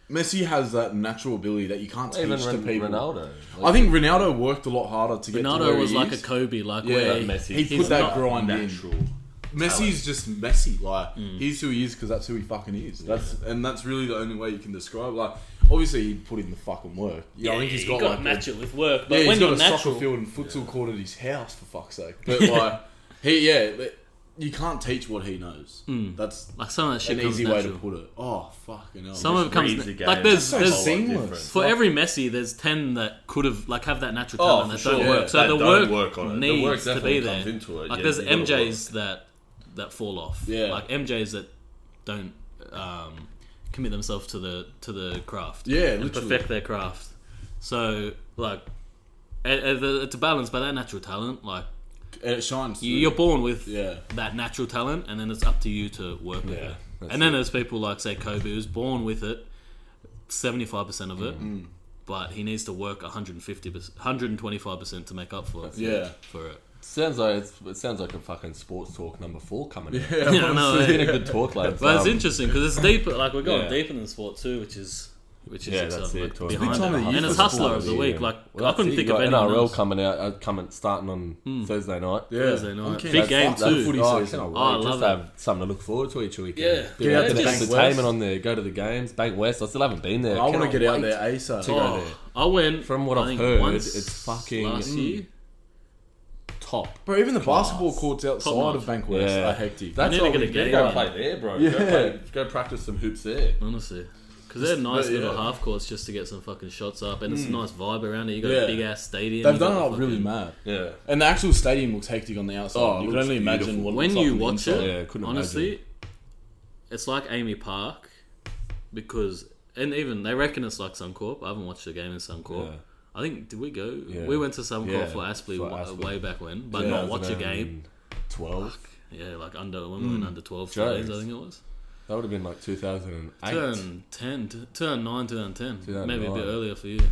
S2: Messi has that natural ability that you can't teach
S3: Even
S2: to
S3: Ren-
S2: people.
S3: Ronaldo.
S2: I think Ronaldo worked a lot harder to get to where
S1: Ronaldo was
S2: he
S1: like a
S2: is.
S1: Kobe, like
S2: Yeah,
S1: where
S2: like
S3: Messi.
S2: He
S1: he's
S2: put that
S1: not
S2: grind
S3: natural.
S2: in. Mm. Messi's just messy. Like he's who he is because that's who he fucking is. That's and that's really the only way you can describe. Like obviously he put in the fucking work. Yeah, I think he's
S1: you
S2: got
S1: gotta
S2: like a-
S1: match it with work,
S2: yeah,
S1: but when
S2: he's got
S1: you're
S2: a
S1: natural,
S2: soccer field and futsal court at his house for fuck's [LAUGHS] sake. But like he, yeah, but you can't teach what he knows. That's
S1: like some of that shit
S2: an
S1: comes
S2: easy way
S1: natural.
S2: to put it. Oh fucking hell!
S1: Some of it comes
S3: Reads the
S1: na-
S3: game.
S1: like there's,
S3: It's
S2: so
S1: there's
S2: seamless.
S1: For every Messi, there's ten that could have like have that natural
S3: Oh,
S1: talent
S3: for
S1: that
S3: sure.
S1: don't
S2: Yeah.
S1: work. So
S3: That
S1: the
S3: don't
S1: work,
S3: work on it. The
S1: needs
S3: work
S1: to
S3: definitely
S1: be
S3: comes
S1: there.
S3: into it.
S1: Like
S3: Yeah,
S1: there's
S3: you gotta
S1: MJs that that fall off.
S2: Yeah.
S1: Like MJs that don't um, commit themselves to the to the craft.
S2: Yeah,
S1: and
S2: literally.
S1: perfect their craft. So like. it- it- It's a balance, but that natural talent, like
S2: and it shines.
S1: you- you're
S2: through.
S1: born with
S2: Yeah.
S1: that natural talent, and then it's up to you to work with
S3: Yeah,
S1: it.
S3: that's
S1: And then there's people like say Kobe who's born with it, seventy five percent of it,
S3: Mm.
S1: but he needs to work 150 125 percent to make up for it.
S2: Yeah.
S1: for it.
S3: Sounds like it's, it sounds like a fucking sports talk number four coming. out.
S2: Yeah,
S1: Yeah, I know,
S3: [LAUGHS] It's
S1: eh?
S3: been a good talk, lads.
S1: But it's
S3: Um,
S1: interesting because it's deeper. Like we're going
S3: Yeah.
S1: deep into the sport too, which is which is
S3: Yeah, that's
S1: exciting.
S3: it,
S1: like,
S3: totally.
S1: behind
S2: Big time
S1: it.
S2: of the
S1: and
S2: youth
S1: it's
S2: for
S1: hustler of the
S3: Yeah.
S1: week. Like
S3: Well,
S1: I couldn't
S3: that's it.
S1: think
S3: You
S1: of
S3: got
S1: anyone
S3: NRL
S1: else.
S3: coming out, uh, coming starting on Thursday night.
S2: Yeah.
S1: Thursday night.
S2: I'm keen.
S1: Big game
S2: That's- that's
S1: too.
S2: footy
S3: Hmm. Oh, I
S2: season.
S3: cannot wait.
S1: Oh, I
S3: just
S1: love
S3: to have something to look forward to each weekend.
S1: Yeah.
S3: Bit
S1: Yeah,
S3: of
S1: just-
S3: entertainment on there. Go to the games. Bank West. I still haven't been there.
S2: I want
S3: Cannot
S2: to get out
S3: wait.
S2: there ASAP.
S3: to go
S1: Oh,
S3: there.
S1: I went
S3: From what
S1: I
S3: I've
S1: think
S3: heard,
S1: once
S3: it's fucking- mm.
S1: last year.
S3: Top.
S2: Bro, even the basketball courts outside
S1: Top
S2: of
S1: notch.
S2: Bankwest
S3: Yeah.
S2: are hectic.
S1: need
S3: That's
S1: to
S3: what
S1: get
S3: we
S1: a
S3: need.
S1: game
S3: Go
S1: on.
S3: play there, bro.
S2: Yeah.
S3: Go, play, go practice some hoops there.
S1: Honestly. Because they're nice
S2: but,
S1: little
S2: yeah.
S1: half courts just to get some fucking shots up,
S3: Mm.
S1: and it's a nice vibe around it. You got
S2: Yeah.
S1: a big ass stadium.
S2: They've
S1: you
S2: done
S1: got
S2: it
S1: the
S2: up really
S1: fucking-
S2: mad.
S3: Yeah.
S2: And the actual stadium looks hectic on the outside.
S3: Oh, it
S2: you can
S3: looks
S2: only imagine
S3: beautiful.
S2: what it
S1: When
S2: looks
S1: you
S2: like on
S1: watch
S2: the
S1: it,
S2: inside.
S3: Yeah, couldn't
S1: honestly, it's like Amy Park because, and even they reckon it's like Suncorp. I haven't watched a game in Suncorp.
S3: Yeah.
S1: I think did we go?
S3: Yeah.
S1: We went to Suncorp
S3: Yeah,
S1: for Aspley
S3: for
S1: wa-
S3: Aspley.
S1: way back when, but
S2: Yeah,
S1: not watch a game.
S3: 12.
S1: Yeah, like under when we were in under 12
S3: Mm. Jokes.
S1: days, I think it was.
S3: That would have been like 2008.
S1: 2010, t- 2009, 2010, maybe a bit
S3: 2009.
S1: earlier for you. Like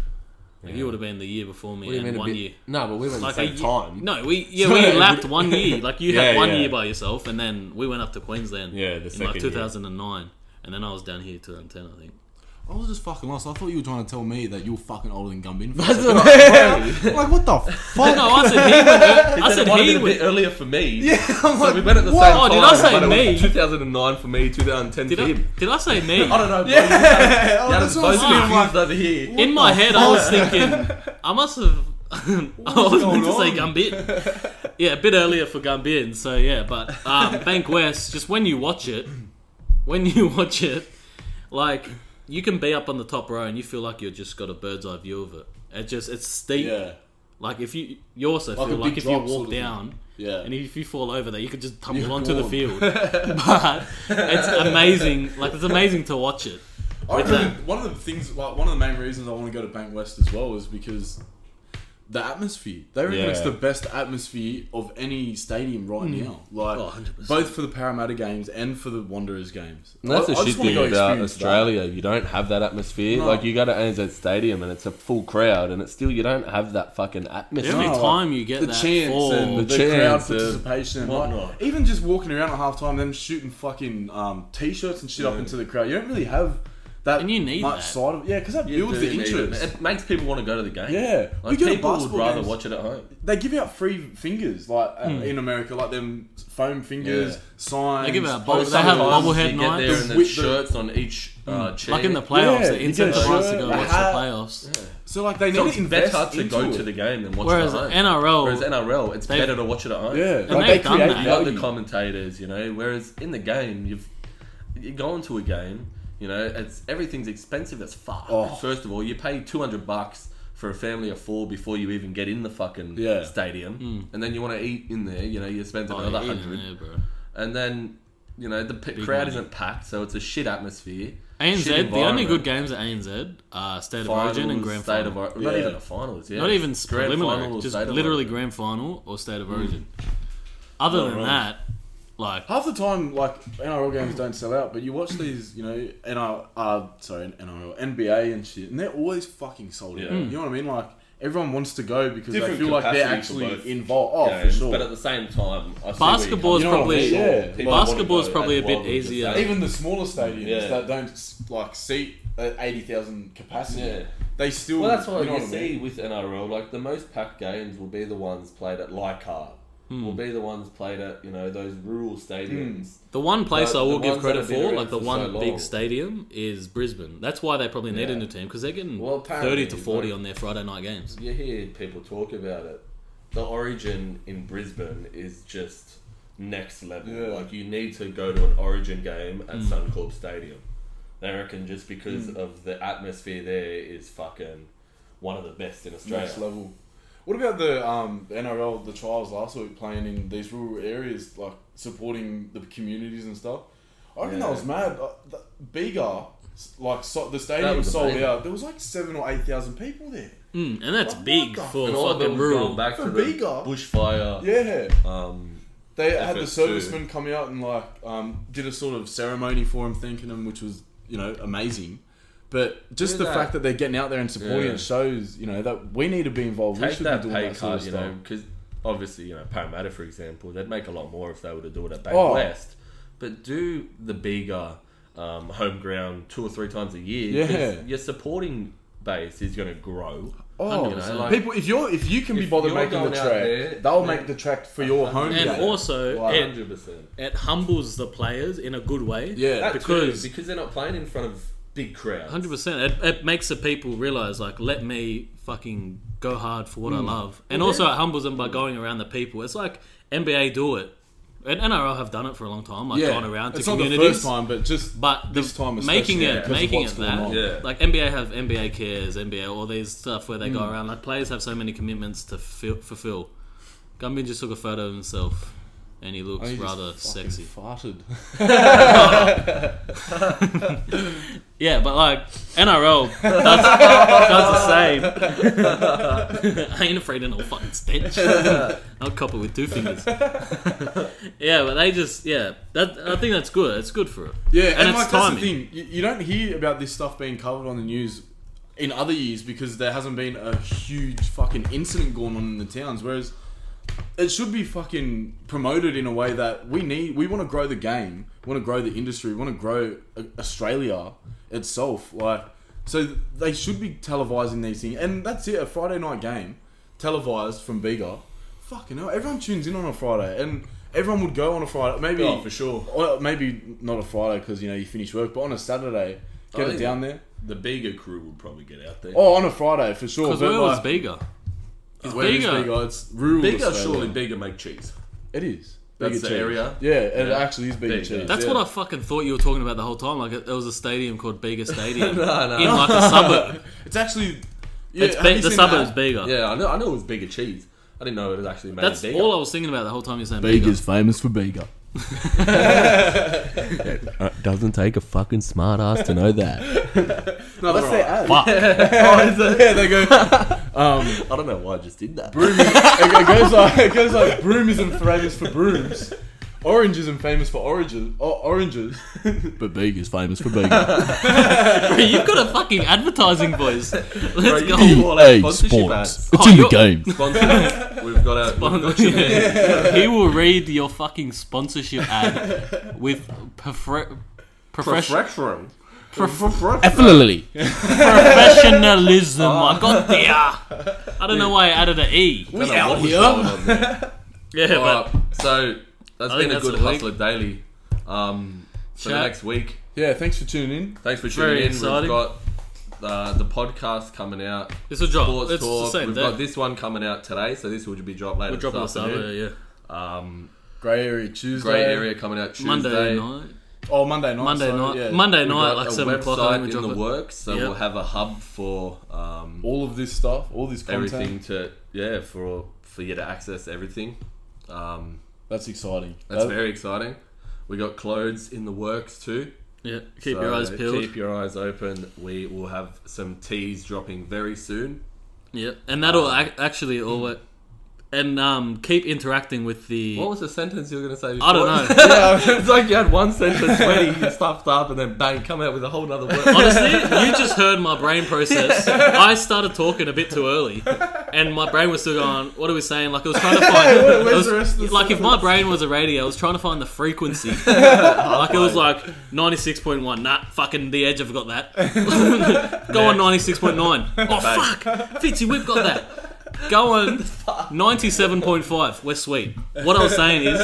S3: Yeah.
S1: you would have been the year before me
S3: Would have
S1: and
S3: been a
S1: one
S3: bit-
S1: year.
S3: No, but we went
S1: like
S3: at the
S1: a
S3: same
S1: ye-
S3: [LAUGHS] time.
S1: No, we yeah we lapped one year. Like
S3: [LAUGHS]
S1: you had
S3: Yeah,
S1: one
S3: yeah.
S1: year by yourself, and then we went up to Queensland.
S3: Yeah, the
S1: in
S3: second
S1: like
S3: year.
S1: 2009, and then I was down here 2010, I think. [LAUGHS]
S2: I was just fucking lost. I thought you were trying to tell me that you were fucking older than Gumbin.
S3: [LAUGHS] I
S2: like, what the fuck?
S1: No, I said he went. ear- I said
S3: said he
S1: he
S3: a bit
S1: went.
S3: earlier for me.
S2: yeah, I'm
S3: So
S2: like,
S3: we went at the
S2: what?
S3: same
S1: Oh,
S3: time.
S1: did I say
S3: but it was
S1: me?
S3: 2009 for me, 2010
S1: Did
S3: for him.
S1: I, did I say me?
S3: I don't know. bro.
S2: Yeah, I
S3: Yeah,
S2: was
S3: that's
S2: just like,
S3: both
S1: saying,
S3: confused over here.
S1: In my head, I was thinking I must have. [LAUGHS] I was meant to say
S2: going
S1: Gambit. Yeah, a bit earlier for Gambit. So yeah, but um, Bank West. Just when you watch it, when you [LAUGHS] watch it, like you can be up on the top row and you feel like you've just got a bird's eye view of it. It just it's steep.
S2: yeah,
S1: Like if you you also
S2: Like a
S1: feel
S2: big
S1: like if you
S2: drop
S1: walk
S2: sort of thing.
S1: down
S2: yeah.
S1: and if you fall over there, you could just tumble
S2: You're
S1: onto the
S2: gone.
S1: field. but it's amazing. Like it's amazing to watch it.
S2: I reckon one of the things, like one of the main reasons I want to go to Bank West as well is because the atmosphere. They reckon it's
S3: Yeah.
S2: the best atmosphere of any stadium right now. Like
S1: Oh, 100%.
S2: both for the Parramatta games and for the Wanderers games.
S3: And that's
S2: I-
S3: the
S2: I just
S3: shit
S2: wanna
S3: thing
S2: go
S3: about
S2: experience that.
S3: Australia. You don't have that atmosphere.
S2: No.
S3: Like you go to ANZ Stadium and it's a full crowd, and it's still you don't have that fucking atmosphere.
S1: Every
S2: Yeah.
S1: time you get
S2: the
S1: that
S2: chance
S1: fall,
S2: and the,
S3: The
S2: crowd
S3: chance, uh,
S2: participation and like,
S3: whatnot.
S2: even just walking around at half time, them shooting fucking um, t-shirts and shit up into the crowd. You don't really have that
S1: And you need
S2: much
S1: that.
S2: side of yeah because that
S3: You
S2: builds
S3: do
S2: the
S3: need it.
S2: interest.
S3: It makes people want to go to the game.
S2: Yeah. We
S3: like
S2: go to
S3: people would
S2: basketball
S3: rather
S2: games.
S3: watch it at home.
S2: They give out free fingers like uh, in America, like them foam fingers
S3: Yeah.
S2: signs.
S1: Hmm. They give out
S2: post-
S1: bubble- they have
S2: sometimes
S1: bubble head
S3: Oh, you get there
S1: nights. Hmm.
S3: and
S2: With
S3: the
S2: the-
S3: shirts on each uh, chair.
S1: like in the playoffs,
S2: Yeah,
S1: it
S2: you get a
S1: incentivizes to
S2: shirt,
S1: go
S2: a
S1: watch the
S2: hat.
S1: playoffs.
S2: So like they
S3: So
S2: need
S3: it's
S2: to invest
S3: better to
S2: into
S3: go
S2: it.
S3: to the game than watch
S1: Whereas
S3: it at home.
S1: NRL,
S3: Whereas NRL, it's
S1: They've-
S3: better to watch it at home.
S2: yeah,
S1: And they've done
S2: create
S1: that. Yeah.
S3: You got the
S2: value.
S3: commentators, you know. Whereas in the game, you've you go into a game, you know, it's everything's expensive as fuck.
S2: Oh.
S3: First of all, you pay two hundred bucks for a family of four before you even get in the fucking
S2: Yeah.
S3: stadium, and then you want to eat in there. You know, you spend
S1: Hmm. Oh,
S3: another
S1: yeah,
S3: hundred,
S1: yeah, bro.
S3: and then you know the p- crowd
S1: money.
S3: isn't packed, so it's a shit atmosphere. shit
S1: ANZ, the only
S3: environment.
S1: good games at ANZ are State of
S3: Finals,
S1: Origin and Grand
S3: state
S1: Final.
S3: of Ori- not
S2: Yeah.
S3: even the finals, yeah.
S1: Not even
S3: Grand Final
S1: preliminary,
S3: or
S1: just
S3: State of
S1: literally
S3: Origin.
S1: Grand Final or State of Origin. Other than
S2: wrong.
S1: that, like
S2: Half the time, like NRL games don't sell out, but you watch these, you know, NRL, uh, sorry, NRL, NBA and shit, and they're always fucking sold out.
S3: Yeah.
S2: You know what I mean? Like everyone wants to go because
S3: Different
S2: they feel like they're
S3: capacity for both
S2: actually involved. Oh,
S3: games,
S2: for sure.
S3: But at the same time, I see
S1: Basketball
S3: where
S1: is
S3: you
S2: You know what I
S1: probably
S2: mean? Yeah.
S3: come from.
S2: People
S1: basketball is
S3: wanna go
S1: probably a
S3: and
S1: bit
S3: love it, just
S1: easier.
S3: say-
S2: Even the smaller stadiums
S3: Yeah.
S2: that don't like seat at eighty thousand capacity,
S3: Yeah.
S2: they still.
S3: Well, that's what you,
S2: know I
S3: see
S2: mean?
S3: with NRL. Like the most packed games will be the ones played at Leichhardt.
S2: Hmm.
S3: Will be the ones played at you know those rural stadiums.
S1: The one place
S3: But
S1: I
S3: the
S1: will give
S3: ones that
S1: credit
S3: have been
S1: for,
S3: around
S1: like the
S3: for
S1: one
S3: so long.
S1: big stadium, is Brisbane. That's why they probably need
S3: Yeah.
S1: a new team because they're getting
S3: Well, apparently,
S1: thirty to forty
S3: like-
S1: on their Friday night games.
S2: Hmm.
S3: You hear people talk about it. The origin in Brisbane is just next level.
S2: Yeah. Hmm.
S3: Like you need to go to an origin game at Suncorp Stadium. They reckon just because of the atmosphere there is fucking one of the best in Australia.
S2: Next level. What about the um, NRL, the trials last week, playing in these rural areas, like supporting the communities and stuff? I reckon
S3: Yeah.
S2: that was mad. Uh, the- Biggar, s- like so, the stadium
S3: was
S2: sold
S3: amazing.
S2: out. There was like seven or eight thousand people there.
S1: Mm, and that's
S2: What
S1: big
S2: the-
S1: for
S3: And all of them
S1: fucking
S3: was
S1: rural.
S3: going back
S2: For
S3: to the
S2: bigger.
S3: bushfire.
S2: Yeah,
S3: Um,
S2: they had the
S3: Efforts too.
S2: servicemen come out and like um, did a sort of ceremony for him, thanking him, which was you know amazing. But just
S3: Do
S2: the
S3: that.
S2: fact that they're getting out there and supporting
S3: Yeah.
S2: it shows, you know, that we need to be involved. we
S3: take
S2: should
S3: that
S2: be doing
S3: pay
S2: that sort
S3: cut,
S2: of
S3: you
S2: stuff.
S3: know, because obviously, you know, Parramatta, for example, they'd make a lot more if they were to do it at Bank
S2: Oh.
S3: West. But do the bigger um, home ground two or three times a year. 'cause
S2: Yeah.
S3: Your supporting base is going to grow.
S2: Oh,
S3: You know, like-
S2: people! If you're if you can be
S3: If
S2: bothered
S3: you're
S2: making the
S3: going out
S2: track,
S3: there,
S2: they'll
S3: yeah.
S2: make the track for your home
S1: and
S2: game.
S1: also,
S2: Wow.
S1: it,
S3: 100%.
S1: it humbles the players in a good way.
S2: Yeah.
S3: That because,
S1: because
S3: too, because they're not playing in front of big crowds.
S1: hundred percent, it, it makes the people realize like, let me fucking go hard for
S2: Hmm.
S1: what I love, and also it humbles them by going around the people. It's like NBA do it, and NRL have done it for a long time, like
S2: yeah,
S1: gone around to
S2: it's
S1: communities.
S2: not the first time, but just
S1: But the,
S2: This time
S1: making
S2: especially,
S1: it,
S2: yeah, 'cause of
S1: making
S2: what's
S1: it
S2: going
S1: that,
S2: on.
S3: Yeah.
S1: like NBA have NBA cares, NBA all these stuff where they go
S2: Hmm.
S1: around. Like players have so many commitments to fill, fulfill. Gumbin just took a photo of himself, and he looks
S2: I Oh, just
S1: rather
S2: fucking
S1: sexy. [LAUGHS]
S2: Farted.
S1: Yeah, but like NRL
S3: [LAUGHS]
S1: does, does the same. [LAUGHS] I ain't afraid of no fucking
S3: [LAUGHS]
S1: stench. I'll cop it with two fingers. yeah, but they just yeah. That I think that's good. It's good for it.
S2: Yeah,
S1: it's
S2: and, like, that's the
S1: timing.
S2: thing. You, you don't hear about this stuff being covered on the news in other years because there hasn't been a huge fucking incident going on in the towns. Whereas it should be fucking promoted in a way that we need. We want to grow the game. We want to grow the industry. We want to grow uh, Australia itself. Like, so they should be televising these things. And that's it. A Friday night game televised from bigger. Fucking hell! Everyone tunes in on a Friday, and everyone would go on a Friday. Maybe
S3: Oh, for sure.
S2: or maybe not a Friday because you know you finish work, but on a Saturday,
S3: I
S2: get it
S3: think-
S2: down there.
S3: The bigger crew would probably get out there.
S2: Oh, on a Friday for sure.
S1: Because
S2: but
S1: where was
S2: like-
S1: bigger?
S2: It's where it is
S1: bigger.
S2: bigger. It's rural.
S3: bigger,
S2: Australia.
S3: surely bigger make cheese.
S2: It is.
S3: That's
S2: Bigger
S3: the
S2: cheese.
S3: area.
S2: Yeah, it
S3: Yeah.
S2: actually is bigger
S3: Bigger.
S2: cheese.
S1: That's
S2: yeah.
S1: what I fucking thought you were talking about the whole time. Like it, there was a stadium called Bega
S3: [LAUGHS]
S1: Stadium
S3: No, no.
S1: in like a suburb.
S2: It's actually. [LAUGHS] Yeah,
S1: it's
S2: have
S1: be-
S2: you
S1: the
S2: seen
S1: suburb's
S2: that?
S1: bigger.
S3: Yeah, I know, I know it was bigger cheese. I didn't know it was actually made
S1: That's
S3: bigger.
S1: all I was thinking about the whole time you're saying Bega.
S2: Bega's famous for
S3: [LAUGHS]
S2: bigger.
S3: It Uh, doesn't take a fucking [LAUGHS] smart ass to know that.
S2: No, that's their ad. [LAUGHS]
S1: Fuck.
S3: [LAUGHS]
S2: Oh, is it? yeah, they go. Um,
S3: I don't know why I just did that.
S2: broom. it goes like it goes like broom isn't famous for brooms. Orange isn't famous for oranges. Or oranges, but Big is famous for [LAUGHS] Big.
S1: Bro, [LAUGHS] you've got a fucking advertising
S3: [LAUGHS]
S1: voice. Let's
S3: Bro,
S1: go.
S3: you- all that sponsorship ads.
S1: It's in the game.
S3: Sponsor. [LAUGHS] We've got a. we've got you there.
S1: [LAUGHS] He will read your fucking sponsorship ad with perfre- profes-
S3: Refreshing.
S4: Affiliately.
S1: professionalism.
S3: Ah.
S1: I got there. I don't know why I added an E.
S3: I don't know what was going
S2: [LAUGHS]
S3: on there.
S1: Yeah,
S3: All
S1: but
S3: right, so that's
S1: I
S3: been
S1: think
S3: a
S1: that's
S3: good
S1: the week.
S3: hustler daily. Um, for the
S1: Chat.
S3: next week,
S2: yeah, thanks for tuning in.
S3: thanks for
S1: Very
S3: tuning in.
S1: exciting.
S3: We've got uh, the podcast coming out.
S1: it's a job.
S3: Sports
S1: It's the
S3: talk.
S1: same
S3: We've
S1: day.
S3: got this one coming out today, so this will be dropped later.
S1: We're dropping
S3: this
S1: this out.
S3: afternoon.
S1: Yeah,
S3: Um,
S2: Grey area Tuesday.
S3: great area coming out Tuesday.
S1: Monday night.
S2: Oh, Monday night.
S1: Monday
S2: sorry,
S1: night.
S2: yeah.
S1: Monday
S3: We've
S1: night,
S3: got
S1: like
S3: a
S1: seven o'clock. I
S3: website
S1: think we
S3: in
S1: drop
S3: the
S1: it.
S3: works, so
S1: Yep.
S3: we'll have a hub for um,
S2: All of this stuff, all this content.
S3: everything to yeah for for you to access everything. Um,
S2: That's exciting.
S3: that's
S1: Oh.
S2: That-
S3: very exciting. We got clothes in the works too.
S1: Yeah, keep
S3: So,
S1: your eyes
S3: uh,
S1: peeled.
S3: Keep your eyes open. We will have some teas dropping very soon.
S1: Yeah, and that'll ac- actually all work. And um, keep interacting with the.
S3: What was the sentence you were going to say? Before?
S1: I don't know.
S3: [LAUGHS] it's like you had one sentence ready, you stuffed up, and then bang, come out with a whole nother word. [LAUGHS]
S1: Honestly, you just heard my brain process. I started talking a bit too early, and my brain was still going. What are we saying? Like it was trying to find.
S2: Where- where's
S1: it was-
S2: the rest of the
S1: like if my brain was a radio, I was trying to find the
S3: [LAUGHS]
S1: frequency. like it was like ninety six point one. Nah, fucking the edge. I've got
S3: [LAUGHS]
S1: that. Go on ninety six point nine. Oh fuck, Fitzy, we've got that. Go
S3: [LAUGHS]
S1: on ninety seven point five. We're sweet. What I was saying is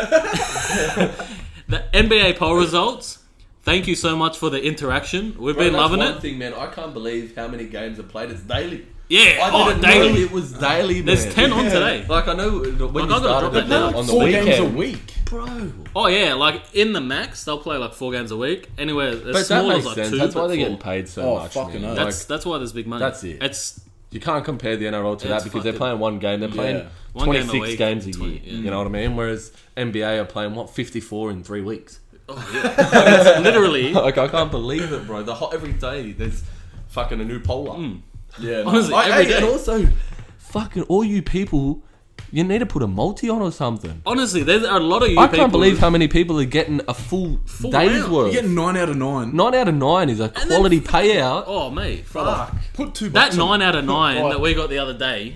S1: [LAUGHS] the NBA poll results. Thank you so much for the interaction. We've been loving it.
S3: Thing, man, I can't believe how many games are played. It's daily.
S1: Yeah,
S3: I
S1: oh,
S3: didn't
S1: daily.
S3: know it was daily. Man.
S1: There's 10 on today.
S3: Like I know when
S1: Like,
S3: you
S1: I gotta drop
S3: started
S1: that
S3: it
S1: down.
S3: on the
S2: Four
S3: weekend,
S2: games a week.
S3: bro.
S1: Oh, yeah, like in the max, they'll play like four games a week. Anywhere as small as like two.
S3: That's why
S1: but four.
S3: they're getting paid so
S2: Oh,
S3: much.
S2: fucking hell.
S3: man.
S1: That's,
S3: Like,
S1: that's why there's big money.
S3: That's it.
S1: It's
S3: you can't compare the NRL to
S1: It's
S3: that because they're
S1: fucking-
S3: playing one game. They're playing
S2: Yeah.
S1: One game a
S3: 26
S1: week,
S3: games a year.
S1: 20, yeah.
S3: You know what I mean? Whereas NBA are playing what 54 in three weeks.
S1: oh,
S3: [LAUGHS]
S1: literally.
S3: like I can't believe it, bro. The hot every day there's fucking a new poll up.
S2: Yeah.
S1: Honestly,
S3: Like,
S1: every
S3: Mm. hey,
S1: day.
S3: And also, fucking all you people, you need to put a multi on or something.
S1: Honestly, there's a lot of you
S3: I
S1: people.
S3: can't believe how many people are getting a full,
S1: Full
S3: day's
S1: round.
S2: You
S3: worth.
S2: get nine out of nine.
S3: Nine out of nine is a
S1: then
S3: quality payout.
S1: Oh, mate.
S2: Fuck. Put two.
S1: That
S2: bucks on-
S1: nine out of nine
S2: Right.
S1: that we got the other day.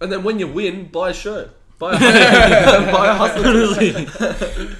S3: And then when you win, buy a shirt. Buy [LAUGHS] a, buy a
S1: [LAUGHS]
S3: hustler,
S1: honestly,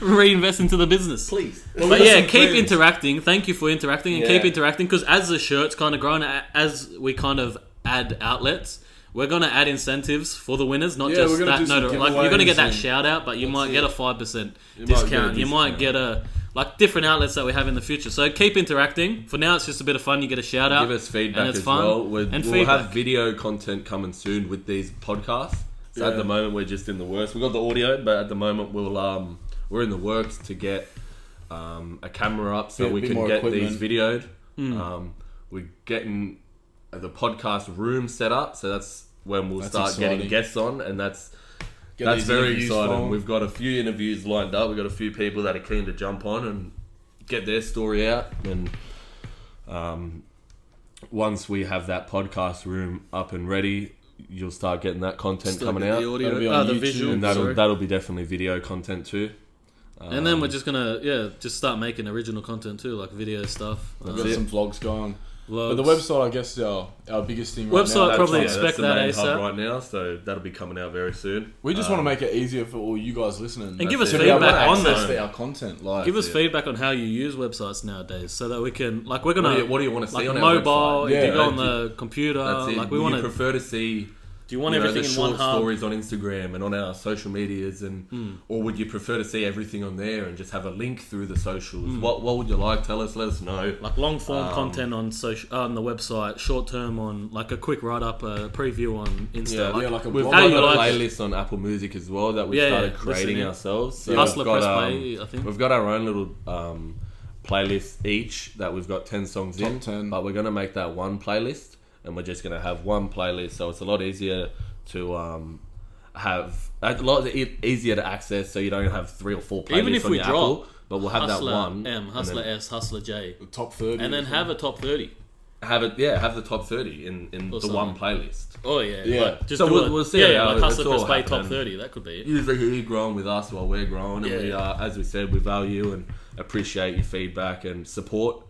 S1: reinvest into the business.
S3: please.
S1: But yeah,
S2: listen,
S1: keep
S2: please.
S1: interacting. Thank you for interacting and keep
S3: Yeah.
S1: interacting because as the shirt's kind of grown, a- as we kind of add outlets, we're gonna add incentives for the winners, not
S2: Yeah,
S1: just
S2: we're gonna
S1: that
S2: do some
S1: notoriety. Like you're gonna get that
S2: giveaways and-
S1: shout out, but you might get a five percent
S3: might get a
S1: discount. You might get a like different outlets that we have in the future. So keep interacting. For now, it's just a bit of fun. You get a shout out.
S3: Give us feedback
S1: and it's
S3: as
S1: fun.
S3: well. We're,
S1: and
S3: we'll
S1: feedback.
S3: have video content coming soon with these podcasts. So at
S2: Yeah.
S3: the moment, we're just in the works. We've got the audio, but at the moment, we'll um, we're in the works to get um, a camera up so
S2: Bit-
S3: we
S2: bit
S3: can
S2: more
S3: get
S2: equipment.
S3: these videoed.
S1: Hmm.
S3: Um, we're getting the podcast room set up, so that's when we'll
S2: That's
S3: start getting
S2: exciting.
S3: guests on, and that's
S2: Get
S3: that's
S2: these
S3: very
S2: interviews
S3: exciting.
S2: going.
S3: We've got a few interviews lined up. We've got a few people that are keen to jump on and get their story out. And um, once we have that podcast room up and ready, you'll start getting that content coming out,
S2: That'll be
S1: uh,
S2: on
S1: the
S2: YouTube.
S1: visual,
S3: and that'll
S1: sorry.
S3: that'll be definitely video content too.
S1: and then we're just gonna yeah, just start making original content too, like video stuff. uh,
S2: We've got some vlogs going.
S1: But
S2: But the website, I guess, is our, our biggest thing. Right
S1: Website,
S2: now.
S1: I'd probably
S3: That's-
S1: expect
S3: that's the
S1: that ASAP.
S3: main hub right now, so that'll be coming out very soon.
S2: We just want to make it easier for all you guys listening.
S1: And give
S3: That's
S1: us
S3: it. Yeah,
S1: feedback
S3: right.
S1: on
S3: Access
S1: that.
S2: to our content. Like,
S1: Give us
S3: Yeah.
S1: feedback on how you use websites nowadays, so that we can like we're
S3: What
S1: gonna
S3: do you, what do you want to see
S1: like
S3: on our
S1: mobile.
S3: website?
S1: if
S2: Yeah.
S1: you go
S2: Yeah.
S1: on the computer,
S3: That's it.
S1: like we
S3: Would
S1: want
S3: you
S1: to.
S3: prefer to see
S1: do you want
S3: you know,
S1: everything
S3: the
S1: in one
S3: short
S1: hub? Hmm.
S3: stories on Instagram and on our social medias, and or would you prefer to see everything on there and just have a link through the socials? What What would you like? Tell us. Let us know.
S1: Hmm. Like long
S3: Um,
S1: form content on social on the website, short term on like a quick write up, a preview on Insta.
S3: Yeah,
S1: like,
S2: yeah, like a
S3: We've
S2: blog.
S1: How
S3: got
S1: you
S3: a
S1: like-
S3: playlist on Apple Music as well that we
S1: Yeah,
S3: have
S1: yeah,
S3: started
S1: listen
S3: creating
S1: in.
S3: ourselves. So
S1: Hustler
S3: we've got,
S1: Press
S3: um,
S1: Play, I think.
S3: We've got our own little um, playlist each that we've got ten songs
S2: Top
S3: in,
S2: 10.
S3: but we're gonna make that one playlist, and we're just gonna have one playlist. So it's a lot easier to. Um, have a lot e- easier to access, so you don't have three or four playlists
S1: Even if
S3: on
S1: we
S3: your
S1: drop
S3: Apple, but we'll have
S1: Hustler
S3: that one.
S1: M,
S3: and
S1: Hustler
S3: then-
S1: S, Hustler J,
S2: top thirty,
S1: and then have a top thirty.
S3: have it, yeah, have the top thirty in, in the
S1: Or
S3: one playlist.
S1: Oh yeah,
S2: Yeah.
S1: Like, just
S3: So
S1: do
S3: we'll-
S1: it.
S3: we'll see
S1: Yeah,
S3: how
S1: yeah
S3: it-
S1: like
S3: it's
S1: Hustler for
S3: all
S1: Spay top
S3: happening.
S1: thirty. That could be it.
S3: usually you're growing with us while we're growing, and we
S1: Yeah.
S3: are, as we said, we value and appreciate your feedback and support.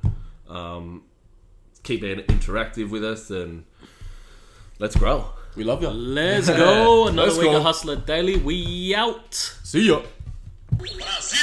S3: Um, keep being interactive with us, and let's grow.
S2: We love you.
S3: [LAUGHS]
S1: Let's go. Another
S2: Let's
S1: week
S2: go.
S1: of Hustler Daily. We out.
S2: See ya.